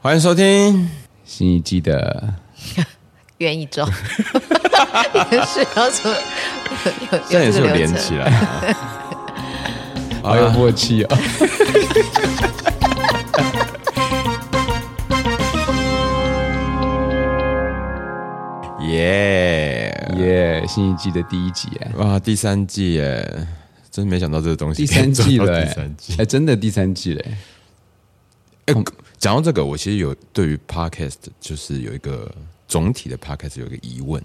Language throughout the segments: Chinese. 欢迎 收听新一季的元一周，你是要什么？有 这样也是有这个流连程起来啊。好有默契哦。 耶耶、新一季的第一集哎，哇，第三季耶，真没想到这个东西第三季可以做了到哎， 第三季哎，。真的第三季嗯嘞。哎、讲到这个，我其实有对于 podcast 就是有一个总体的 podcast 有一个疑问，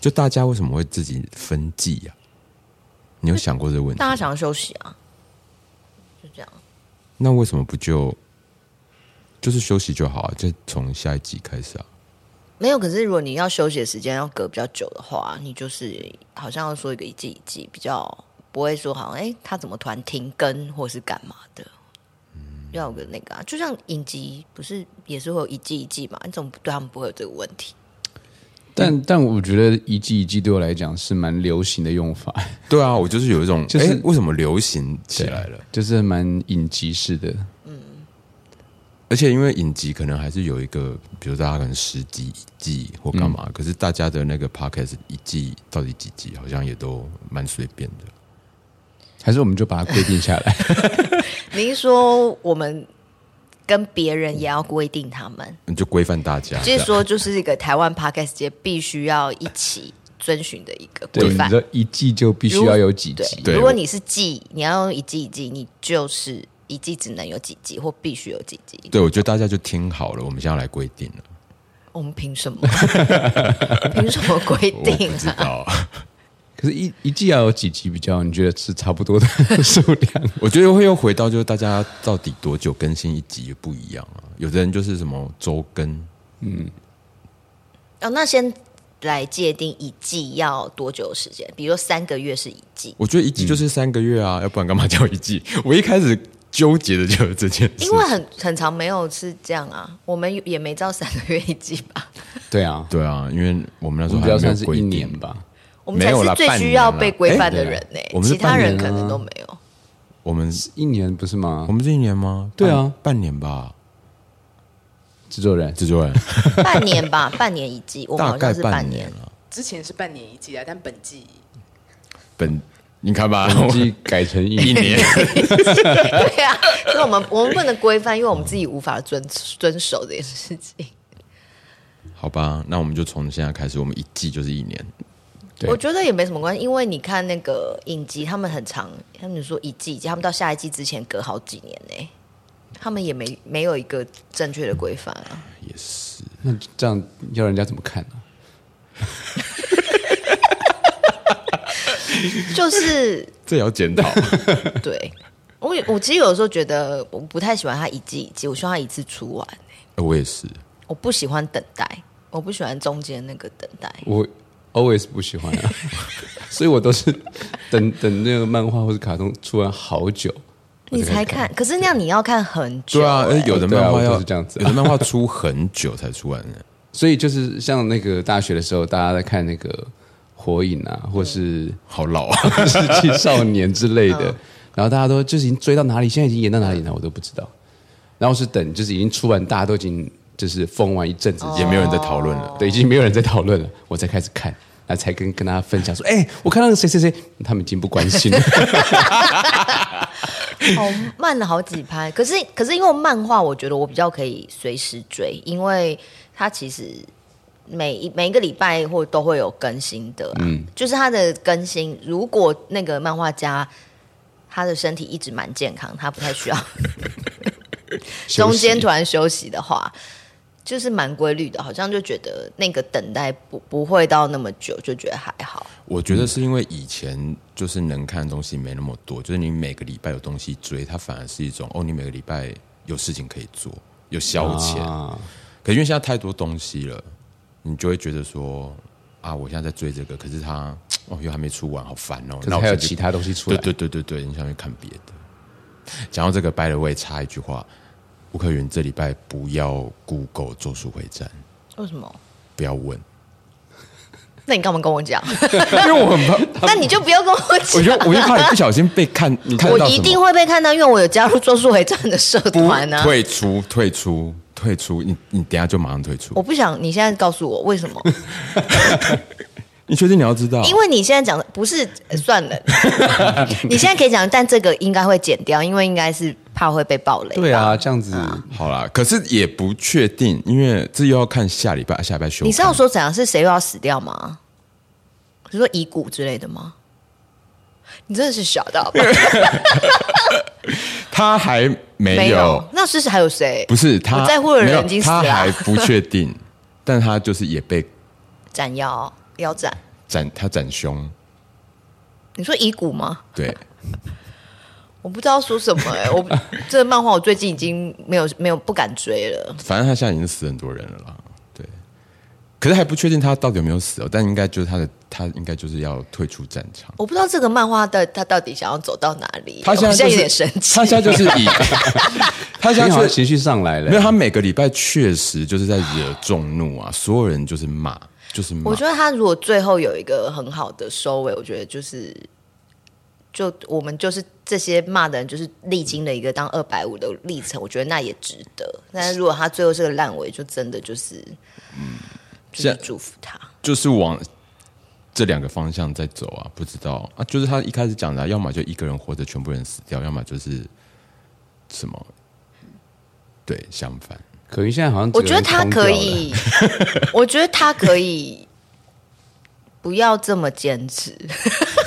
就大家为什么会自己分季呀、你有想过这个问 题嗯大？家想要休息啊，就这样。那为什么不就就是休息就好、啊，就从下一季开始啊？没有，可是如果你要休息的时间要隔比较久的话，你就是好像要说一个一季一季，比较不会说好像哎、诶他怎么突然停更或是干嘛的，要有个那个啊，就像影集不是也是会有一季一季嘛，你总对他们不会有这个问题。但但我觉得一季一季对我来讲是蛮流行的用法，对啊，我就是有一种， 就就是是、为什么流行起来了？就是蛮影集式的。嗯而且因为影集可能还是有一个，比如大家可能十集一季或干嗯嘛，可是大家的那个 podcast 一季到底几集，好像也都蛮随便的。还是我们就把它规定下来，你是说我们跟别人也要规定他们？你 就规范大家。就是说，就是一个台湾 podcast 界必须要一起遵循的一个对，规你范。说一季就必须要有几对集，对如果你是季，你要用一季一季，你就是一季只能有几集，或必须有几集。对，我觉得大家就听好了，我们现在来规定了。我们凭 什么？凭什么规我定不知啊？道，可是一，一季要有几集比较，你觉得是差不多的数量？ 我觉得会又回到就是大家到底多久更新一集也不一样啊。有的人就是什么周更，嗯哦，那先来界定一季要多久的时间？比如说三个月是一季，我觉得一季就是三个月啊，嗯要不然干嘛叫一季？ 我一开始纠结的就是这件事因。为很很长没有是这样啊，我们也没照三个月一季吧？对啊，对啊，因为我们那时我们比候还较没有算是规一定年吧。我们才没有是啦最半需年要啦被规哎范的对啊人呢、欸我们是其他半人年可啊能都没有。我们一年不是吗我？们是一年吗？对啊半，半年吧。制作人制作人， 半 年吧，半年一季，我们大好概像是半啊半年。了。之前是半年一季啊，但本 季本你看吧，本季改成一一年， 年 对啊，所以我们我们不能规范，因为我们自己无法遵遵守这件事情。好吧？那我们就从现在开始，我们一季就是一年。对我觉得也没什么关系，因为你看那个影集，他们很长，他们说一季一季，他们到下一季之前隔好几年呢、他们也没没有一个正确的规范啊。那这样要人家怎么看呢、就是这也要检讨，对我我其实有时候觉得我不太喜欢他一季一季，我希望他一次出完、 我也是。我不喜欢等待，我不喜欢中间那个等待。我 always 不喜欢啊， 所以我都是等等那个漫画或者卡通出完好久，你才看，可是那样你要看很久、对啊，而欸且有的对啊漫画我都要是这样子啊有的漫画出很久才出完呢。 所以就是像那个大学的时候，大家在看那个火影啊，或是好老 啊！嗯世纪少年之类的，然后大家都就是已经追到哪里，现在已经演到哪里了，我都不知道。然后是等就是已经出完，大家都已经就是疯完一阵子，也没有人在讨论了对，已经没有人在讨论了，我才开始看，那才跟跟大家分享说，哎、我看到那个谁谁谁，他们已经不关心了。 哦，慢了好几拍。可是可是因为漫画，我觉得我比较可以随时追，因为它其实每一每一个礼拜或都会有更新啊的、嗯，就是它的更新。如果那个漫画家他的身体一直蛮健康，他不太需 要休中息间突然休息的话。就是蛮规律的，好像就觉得那个等待不不会到那么久，就觉得还好。嗯我觉得是因为以前就是能看的东西没那么多，就是你每个礼拜有东西追，它反而是一种哦，你每个礼拜有事情可以做，有消遣。啊，可因为现在太多东西了，你就会觉得说啊，我现在在追这个，可是它哦又还没出完，好烦哦。可那是我还有想去其他东西出来，对对对对对，你想去看别的。讲到这个，by the way，插一句话，吴克云这礼拜不要 Google 咒术回战，为什么？不 要问，那你干嘛跟我讲？ 因为我很怕，那你就不要跟我讲。我就我就怕你不小心被 看，你看我到什么一定会被看到，因为我有加入咒术回战的社不团呢、啊。退出退出退出，你你等一下就马上退出我。不想你现在告诉我为什 么？你确定你要知道？啊因为你现在讲的不是呃算了，你现在可以讲，但这个应该会剪掉，因为应该是怕会被爆 雷。对啊，这样子嗯好啦，可是也不确定，因为这又要看下礼拜下礼拜休刊。你是要说怎样是谁又要死掉吗？比如说遗骨之类的吗？你真的是小到他还 没有，没有？那是还有谁？不是他我在乎的没有人已经死了他还不确定，但他就是也被 斩妖腰斩？斩，他斩凶，你说遗骨吗？对，我不知道说什么哎、我 这个漫画我最近已经没有没有不敢追了。反正他现在已经死很多人了啦，对。可是还不确定他到底有没有死哦，但应该就是他的，他应该就是要退出战场。我不知道这个漫画的他到底想要走到哪里，他现在、我就是、有点生气。他现在就是 以他现你好在像是情绪上来没有，啊了。他每个礼拜确实就是在惹众怒啊，所有人就是骂，就是骂我。觉得他如果最后有一个很好的收尾，我觉得就是，就我们就是这些骂的人，就是历经了一个当二百五的历程，我觉得那也值得。但是如果他最后是个烂尾，就真的就是，嗯，就是像祝福他。就是往这两个方向在走啊，不知道啊，就是他一开始讲的啊、要么就一个人活着，全部人死掉，要么就是什么，对，相反，可云现在好像我整觉得个人他空掉可了 以，我觉得他可以不要这么坚持，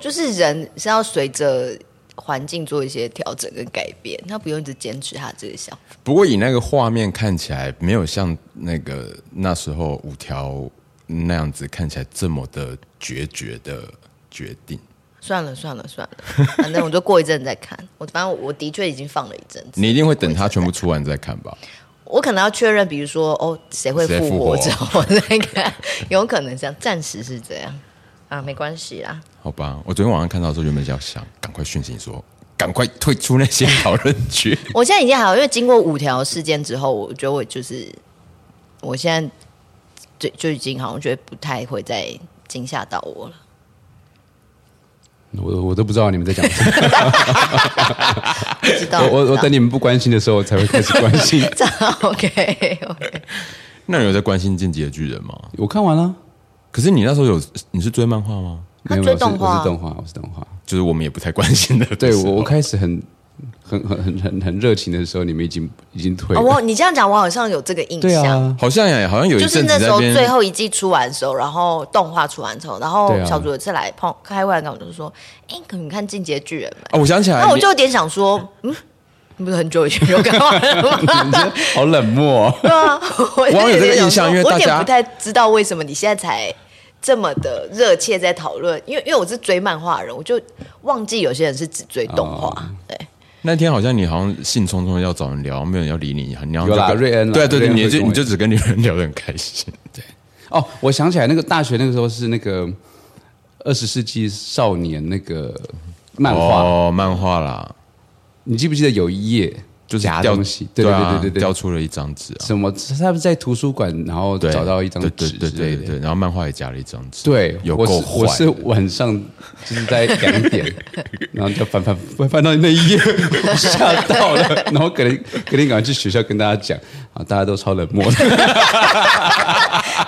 就是人是要随着环境做一些调整跟改变，他不用一直坚持他这个想法。不过以那个画面看起来，没有像那个那时候五条那样子看起来这么的决绝的决定。算了算了算了，反正我就过一阵再看。我反正我我的确已经放了一阵子，你一定会等他全部出完再看 吧？我可能要确认，比如说哦，谁会谁复复活活之后我再看，有可能这样，暂时是这样啊，没关系啦。好吧，我昨天晚上看到的时候，原本想想赶快讯息说，赶快退出那些讨论 区。我现在已经还好，因为经过五条事件之后，我觉得我就是，我现在就就已经好像觉得不太会再惊吓到我 了。我我都不知道你们在讲什么。不知道，我我我不知等你们不关心的时候，我才会开始关 心。道 OK OK，那你有在关心《进击的巨人》吗？我看完了，可是你那时候有你是追漫画吗？啊他没有追我是动画我是动画，我是动画。就是我们也不太关心的时候。对我我开始很很很很很很热情的时候，你们已经已经退哦，了。我你这样讲，我好像有这个印对象。啊，好像也好像有一就是阵子那在时那候边最后一季出完的时候，然后动画出完之后，然后对啊小组有一次来碰开会来跟我就说：“哎、可你看《进阶巨人》没哦，我想起？”来，啊那我你就有点想说，嗯，不是很久以前就看完 了吗？好冷漠 哦、对啊，我网友这个印象有点想说因为我有大家点不太知道为什么你现在才这么的热切在讨论，因为因为我是追漫画的人，我就忘记有些人是只追动画，哦对，那天好像你好像兴冲冲地要找人聊，没有人要理你，你要有啦就跟瑞恩啦对对瑞恩对，你会跟就我你就只跟女人聊得很开心，对，哦，我想起来，那个大学那个时候是那个二十世纪少年那个漫画，哦，漫画啦，你记不记得有一页就是夹掉东西？对对啊对对对掉对，出了一张纸啊，什么？他们在图书馆，然后对，找到一张对纸对对之类的对对，对然后漫画也夹了一张纸，对，有我够是坏我是的晚上就是哎在两点，然后就翻翻翻翻到那一页， 我吓到了，然后可能可能赶快去学校跟大家讲啊，大家都超冷漠的，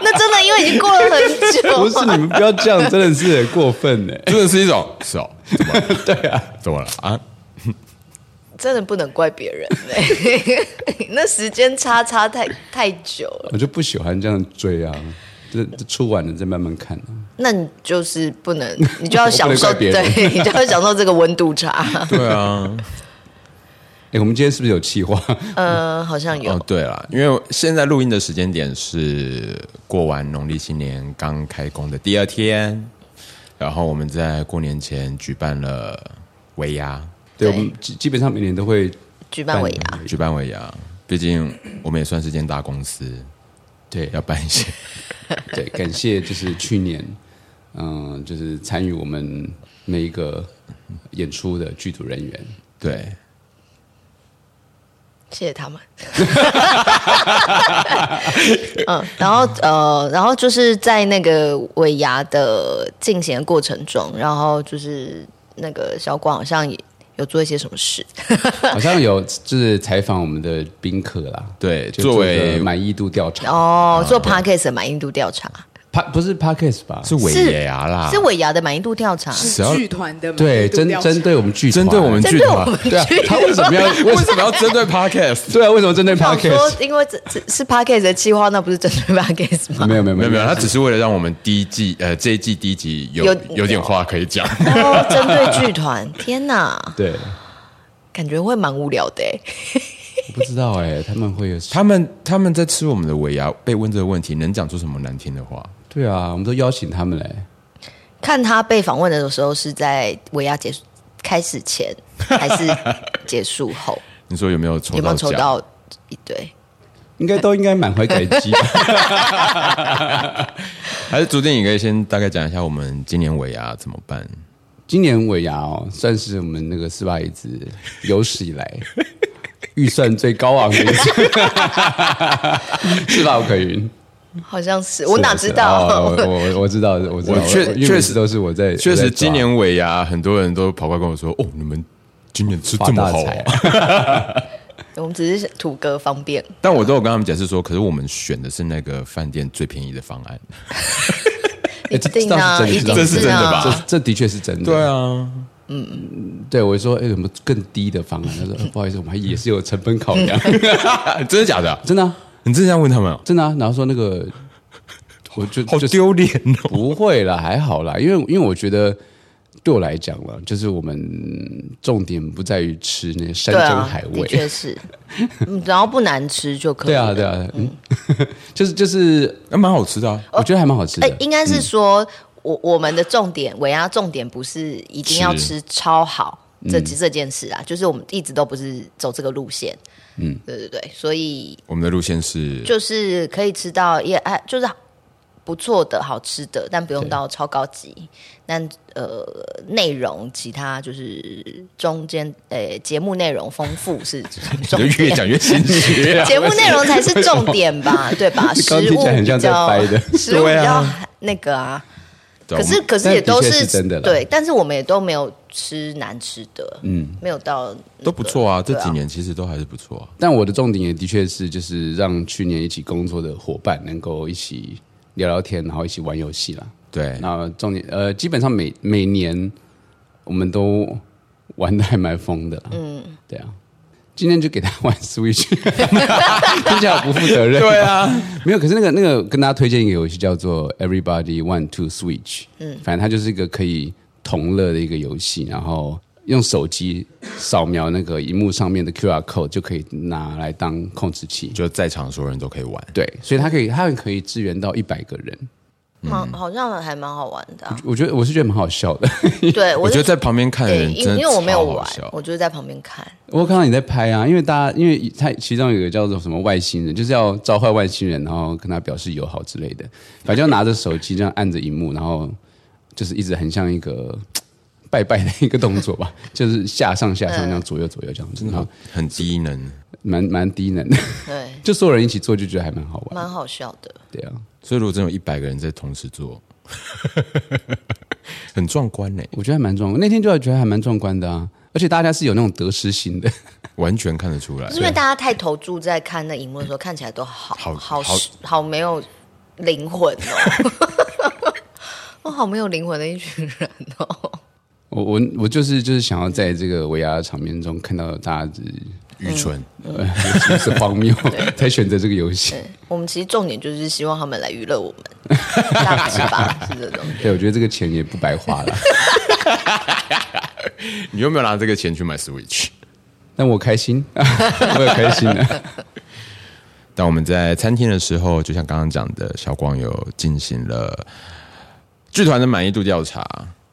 那真的因为已经过了不 很久啊是。你们不要这样，真的是很 过分呢。真的是一种是哦，对 啊，怎么了啊？真的不能怪别人、欸， 那时间差差太太久了。我就不喜欢这样追啊，这这出完了再慢慢看啊、那你就是不能，你就要享我受，不能怪别人对，你就要享受这个温度差。对啊，哎，我们今天是不是有气话？嗯，好像有。 哦，对了，因为现在录音的时间点是过完农历新年刚开工的第二天，然后我们在过年前举办了尾牙，对，对我们基基本上每年都会举办尾牙，举办尾牙，毕竟我们也算是间大公司，对要办一些。对，感谢就是去年，嗯、就是参与我们那一个演出的剧组人员。对，谢谢他们。 嗯，然后呃，然后就是在那个尾牙的进行的过程中，然后就是那个小广好像也有做一些什么事？ 好像有就是采访我们的宾客啦，对就做作为个满意度调查，哦，啊做 podcast 的满意度调查，帕不是 podcast 吧？是尾牙啦，是尾牙的满意度调查，只要剧团的啊对，针针对我们剧团，针对我们针剧对团我们，对啊，他为什 么要为为什什么么要针对 podcast？对啊？为什么针对想哦说 podcast？，因为这这是 podcast 的计划，那不是针对 podcast 吗？ 没有没有啊没没有有没有，他只是为了让我们第一季 呃这一季第一集有有有点话可以讲。哦，针对剧 团，天哪，对，感觉会蛮无聊的欸。我不知道哎，他们会有他们他们在吃我们的尾牙，被问这个问题，能讲出什么难听的话？对啊，我们都邀请他们嘞，看他被访问的时候是在尾牙结束开始前，还是结束后？你说有没有抽有没有到抽奖？到一堆？应该都应该满怀感激。 还是朱定，你可以先大概讲一下我们今年尾牙怎么办？今年尾牙哦，算是我们那个四八椅子有史以来 预算最高昂的一次， 是吧？吴可云， 好像是，我哪是知不是道？哦我我我知道，我知道，我确因为确每实次都是我在，确我在实，抓今年尾牙很多人都跑过来跟我说：“哦，你们今年吃发这么大好、财啊。”啊， 我们只是图个方便。但我都有跟他们解释说，可是我们选的是那个饭店最便宜的方案。一定哎啊，这一定这是真的啊吧这这的确是真的。啊，对，我说，哎，有没有更低的方案？他说，呃不好意思，我们还也是有成本考量， 真的假的啊、真的啊，你真的这样问他们、哦？真的啊。然后说那个，我就好就丢脸哦！不会啦，还好啦，因为因为我觉得对我来讲了，就是我们重点不在于吃那些山对珍啊海，味的，确是。嗯，然后不难吃就可以。对啊，对。啊，嗯， 就是就是，那、蛮好吃的啊，我觉得还蛮好吃的嗯哎，，应该是说，我我们的重点，尾牙重点不是一定要吃嗯超好这这件事啊，就是我们一直都不是走这个路线。嗯，对对对，所以我们的路线是就是可以吃到也哎，就是不错的好吃的，但不用到超高级。但呃，内容其他就是中间呃节目内容丰富 是重你就越点。讲越心虚、啊。节目内容才是重点 吧，对吧？食刚听物起来很比像在较掰的，食物比对啊较那个啊。对可是我们可是也但都的确是真的啦对，但是我们也都没有吃难吃的，嗯，没有到都不错啊，这对啊几年其实都还是不错啊。但我的重点也的确是，就是让去年一起工作的伙伴能够一起聊聊天，然后一起玩游戏啦。对，那重点呃，基本上每每年我们都玩的还蛮疯的，嗯，对啊。今天就给他玩 Switch，听起来好不负责任。对啊，没有。可是那个那个，跟大家推荐一个游戏叫做 Everybody One Two Switch，嗯，反正它就是一个可以同乐的一个游戏，然后用手机扫描那个荧幕上面的 QR code 就可以拿来当控制器。就在场所有人都可以玩。对，所以它可以它可以支援到一百个人。嗯好，好像还蛮好玩的啊。我觉得我是觉得蛮好笑的。对，我我觉就得在旁边看的对，人因真的因为我没有超好玩笑，我就是在旁边看。我看到你在拍啊，因为大家，因为他其中有一个叫做什么外星人，就是要召唤外星人，然后跟他表示友好之类的。反正就拿着手机这样按着荧幕，然后就是一直很像一 个拜拜的一个动作吧，就是下上下上这样左右左右这样子，然后很低能。 蛮蛮低能 的，对，就所有人一起做就觉得还蛮好玩。蛮好笑的。对啊，所以如果真有一百个人在同时做， 很壮观呢、我觉得还蛮壮观。那天就觉得还蛮壮观的啊，而且大家是有那种得失心的。 完全看得出来就是。因为大家太投注在看那荧幕的时候，看起来都好好好好好没有灵魂哦。 我好没有灵魂的一群人哦，我我我就是就是想要在这个维亚的场面中看到大家愚蠢，呃， 是是荒 谬才选择这个游戏。我们其实重点就是希望他们来娱乐我们，大概是吧？是这 种。对，我觉得这个钱也不白花 了，你有没有拿这个钱去买 Switch？ 但我开心， 我也开心 啊的。当我们在餐厅的时候，就像刚刚讲的，小光有进行了剧团的满意度调查，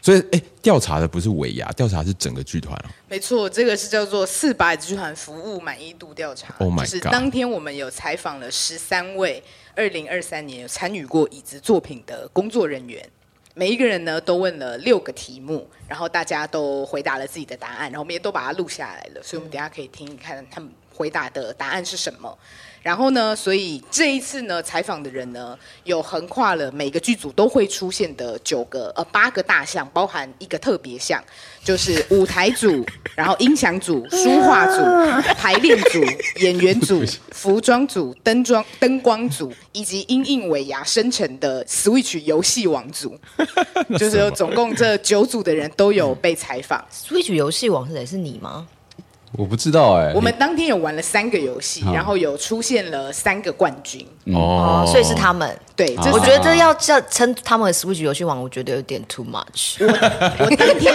所以哎，诶调查的不是尾牙，调查是整个剧团哦。 没错，这个是叫做四百集团服务满意度调查。 Oh my 就是 God 当天我们有采访了十三位二零二三年有参与过椅子作品的工作人员，每一个人呢都问了六个题目，然后大家都回答了自己的答案，然后我们也都把它录下来了，所以我们等一下可以听一看他们回答的答案是什么。然后呢，所以这一次呢，采访的人呢，有横跨了每个剧组都会出现的九个呃八个大项，包含一个特别项，就是舞台组，然后音响组、书画组、排练组、演员组、服装组、灯装灯光组，以及因应尾牙生成的 Switch 游戏王组， 就是有总共这九组的人都有被采访。 Switch 游戏王是谁？是你吗？我不知道哎、我们当天有玩了三个游戏，然后有出现了三个冠军。嗯哦，所以是他们。对，这我觉是得这要叫称他们为 Switch 游戏王，我觉得有点 too much。我当天，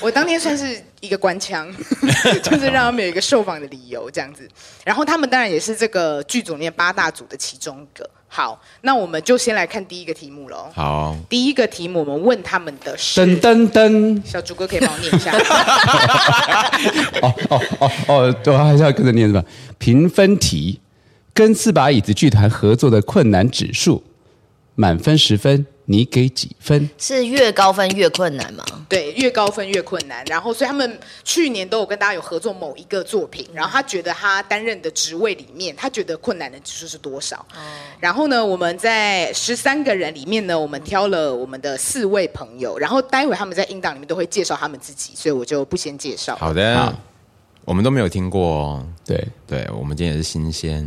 我当天算是一个官腔， 就是让他们有一个受访的理由这样子。然后他们当然也是这个剧组里面八大组的其中一个。好，那我们就先来看第一个题目喽。好，第一个题目，我们问他们的是噔 噔噔，小猪哥可以帮我念一下。 哦哦哦哦，对，还是要跟着念是吧？评分题，跟四把椅子剧团合作的困难指数，满分十分，你给几分？ 是越高分越困难吗？对，越高分越困难。然后，所以他们去年都有跟大家有合作某一个作品，嗯然后他觉得他担任的职位里面，他觉得困难的指数是多少？哦然后呢，我们在十三个人里面呢，我们挑了我们的四位朋友，然后待会他们在音档里面都会介绍他们自己，所以我就不先介绍。好的，好我们都没有听过哦。对，对，我们今天也是新鲜，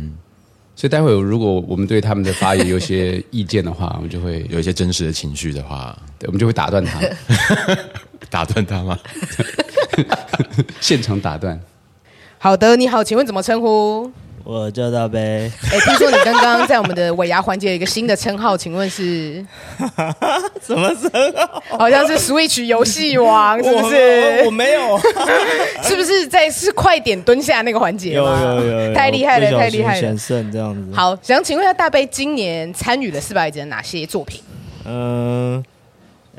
所以待会儿如果我们对他们的发言有些意见的话，我们就会，有一些真实的情绪的话，对我们就会打断他， 打断他吗？ 现 场打断。好的，你好，请问怎么称呼？我叫大 杯，哎，听说你刚刚在我们的尾牙环节有一个新的称号，请问是？什么时 候？好像是 Switch 游戏王，是不我我是？没有， 是不是在是快点蹲下那个环节有吗？有有有，太厉害了，不小太心厉害了险！胜这样子。，好，想请问一下大杯，今年参与了四百集的哪些作品？嗯，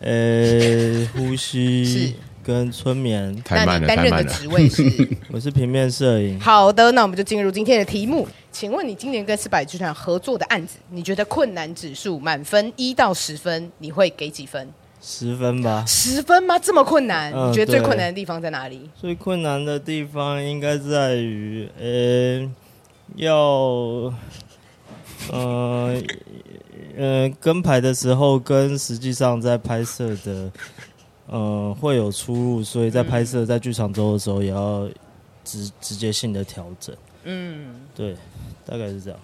呃，呼是吸跟催眠，太慢了，那你担太任慢的了。职位是？ 我是平面摄影，好的，那我们就进入今天的题目。请问你今年跟四百集团合作的案子，你觉得困难指数满分一到十分，你会给几分？十分吧。十分吗？这么困难？嗯你觉得最对困难的地方在哪里？最困难的地方应该在于，呃，要，呃，呃，跟拍的时候跟实际上在拍摄的，呃，会有出入，所以在拍摄在剧场周的时候也要直直接性的调整。嗯，对，大概是这样。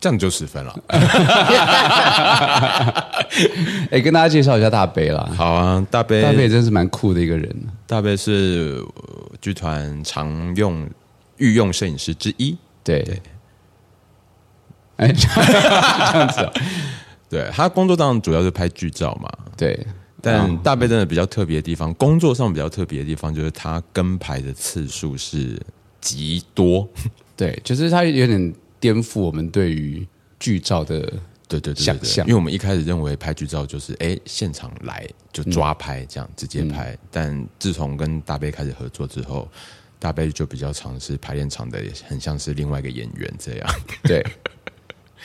这样就十分了。 哎，跟大家介绍一下大杯啦，好啊，大杯，大杯真是蛮酷的一个人。大贝是呃剧团常用御用摄影师之一。对对， 哎，这样这样子、哦， 对他工作当然主要是拍剧照嘛，对，啊但大贝真的比较特别的地方，工作上比较特别的地方就是他跟拍的次数是极多。对，就是他有点颠覆我们对于剧照的，对对对对想对象因为我们一开始认为拍剧照就是哎现场来就嗯抓拍这样、直接拍，但自从跟大贝开始合作之后，大贝就比较尝试排练场的，也很像是另外一个演员这样 对。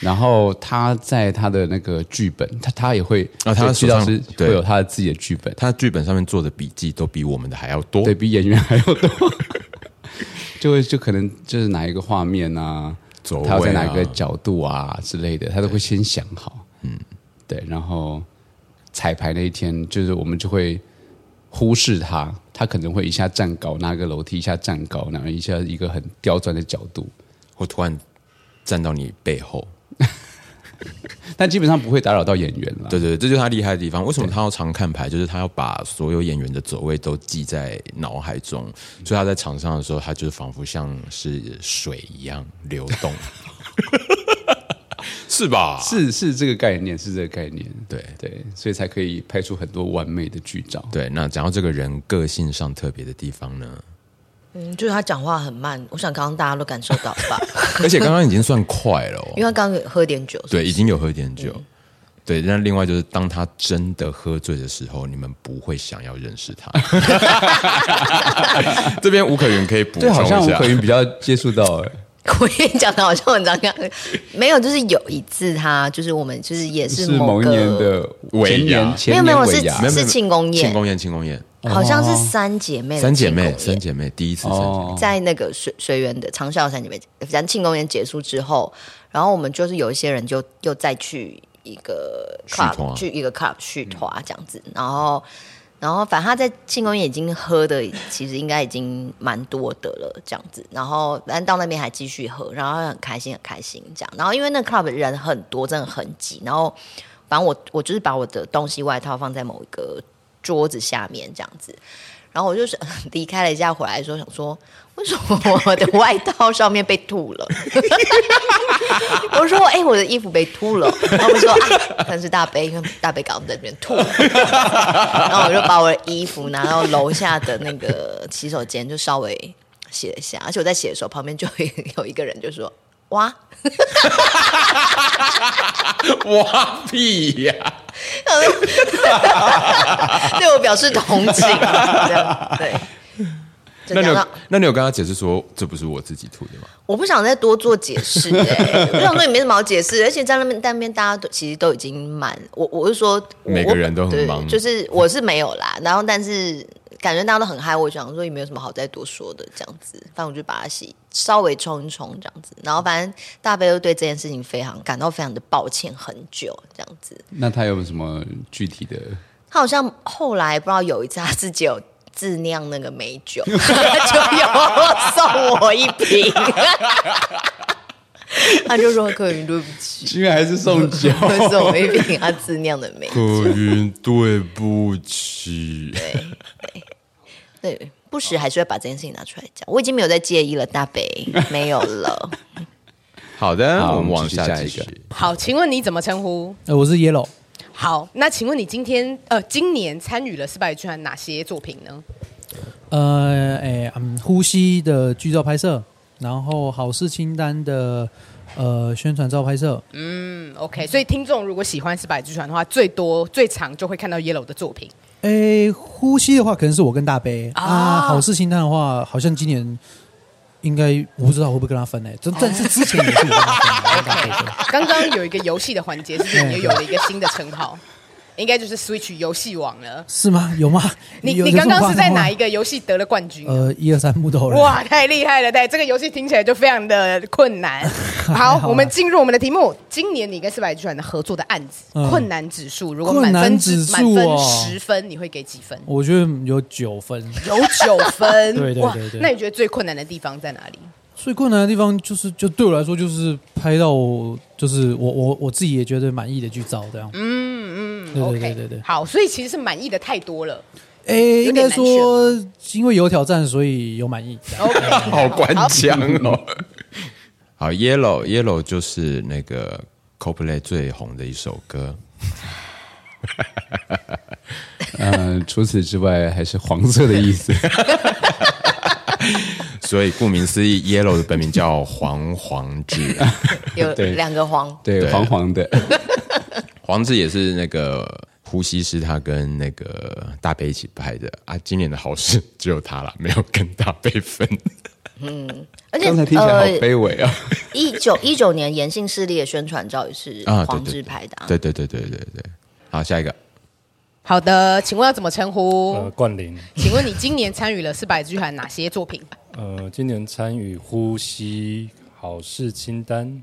然后他在他的那个剧本，他他也会啊他这个剧照手上师会对有他的自己的剧本，他剧本上面做的笔记都比我们的还要多。对比演员还要多， 就会就可能就是哪一个画面啊，走他要在位哪啊个角度啊之类的，他都会先想好。嗯，对，然后彩排那一天，就是我们就会忽视他，他可能会一下站高，拿个楼梯一下站高，然后一下一个很刁钻的角度，或突然站到你背后。但基本上不会打扰到演员了。对对，对这就是他厉害的地方。为什么他要常看牌？就是他要把所有演员的走位都记在脑海中，所以他在场上的时候，他就仿佛像 是水一样流动，是吧？是是这个概念，是这个概念，对对，所以才可以拍出很多完美的剧照。对。那讲到这个人个性上特别的地方呢，嗯，就是他讲话很慢，我想刚刚大家都感受到吧，而且刚刚已经算快了、哦 因，为他刚刚有喝点酒。对，已经有喝点酒。嗯对，那另外就是，当他真的喝醉的时候，你们不会想要认识 他。这边吴可云可以补充对，一好像吴下可，云比较接触到、哎我跟你讲的好像很张刚，没有，就是有一次他就是我们就是也是某某一个年的尾前牙年，前没有没有年尾是牙哦没有没有没有庆功宴庆功宴，庆功宴。好像是三姐妹的三姐庆妹，功三宴姐妹第一次三姐妹，哦 在那个水水源的长效三姐妹，反正庆功宴结束之后，然后我们就是有一些人就又再去一个续 club 团嗯去一个 club 续团这样子，然后然后反正他在庆功宴已经喝的其实应该已经蛮多的了这样子，然后但到那边还继续喝，然后很开心很开心这样，然后因为那 club 人很多，真的很挤，然后反正我我就是把我的东西外套放在某一个桌子下面这样子。然后我就是 离开了一下，回来的时候想说，为什么我的外套上面被吐了？ 我说，哎、我的衣服被吐了。然后我说，啊， 可能是大杯，因为大杯刚在那边吐 了。然后我就把我的衣服拿到楼下的那个洗手间，就稍微写一下。而且我在写的时候，旁边就有一有一个人就说，哇，哇屁呀、对我表示同情。这样对，就那讲你有到那你有跟他解释说这不是我自己吐的吗？我不想再多做解释、欸，我想说也没什么好解释，而且在那边在那边大家都其实都已经蛮，我我是说我每个人都很对忙就是我是没有啦，然后但是感觉大家都很嗨，我想说也没有什么好再多说的这样子，反正我就把它洗稍微冲一冲这样子，然后反正大贝又对这件事情非常感到非常的抱歉很久这样子，那他有没有什么具体的？他好像后来不知道有一次他自己有自酿那个美酒， 就有送我一瓶， 他就说可以对不起，居然还是送酒送我一瓶 他自酿的 美酒。可云，对不起。对，不时还是会把这件事情拿出来讲。我已经没有在介意了，大北没有 了。好的，好我们我往们继续下下继一续个。好，请问你怎么称呼？呃，我是 Yellow，好，那请问你今天呃，今年参与了四百剧团哪些作品呢？呃，哎，嗯，呼吸的剧照拍摄，然后好事清单的呃宣传照拍摄，嗯，OK，所以听众如果喜欢四百剧团的话，最多最长就会看到 Yellow 的作 品。哎，呼吸的话可能是我跟大杯啊好事清单的话好像今年应该我不知道会不会跟他分哎、但但是之前也是有跟他分、的。 OK，刚刚有一个游戏的环节，是不是你又有了一个新的称 号？应该就是 Switch 游戏王了。是吗？有吗？ 你有你有这刚么刚夸是张在吗哪一个游戏得了冠军？呃，一二三木头人。哇，太厉害了！对，这个游戏听起来就非常的困 难。好，啊我们进入我们的题目。今年你跟四百剧团的合作的案子，嗯困难指数如果困满难分之指满数分哦十分，你会给几分？我觉得有九分。有九分， 对对对哇对那你觉得最困难的地方在哪里？最困难的地方就是，就对我来说，就是拍到就是我我我自己也觉得满意的剧照这样。嗯嗯，对对 OK，对对对。好，所以其实是满意的太多了。有诶，哎应点该难说因为有挑战，所以有满意。 OK，好官腔哦。好，Yellow Yellow 就是那个 CoPlay 最红的一首歌， 呃，除此之外还是黄色的意思。 所以顾名思义，Yellow 的本名叫黄黄志，有 对两个黄，对，对黄黄的。 黄志也是那个呼吸师，他跟那个大杯一起拍的啊。今年的好事只有他啦，没有跟大杯 分。而且呃刚才听起来好呃卑微 啊！一九一九年延信势力的宣传照也是啊对黄对志拍的、啊对对对对对对，好，下一个好的，请问要怎么称呼呃，？冠霖，请问你今年参与了四百剧团哪些作 品？呃，今年参与呼吸好事清单，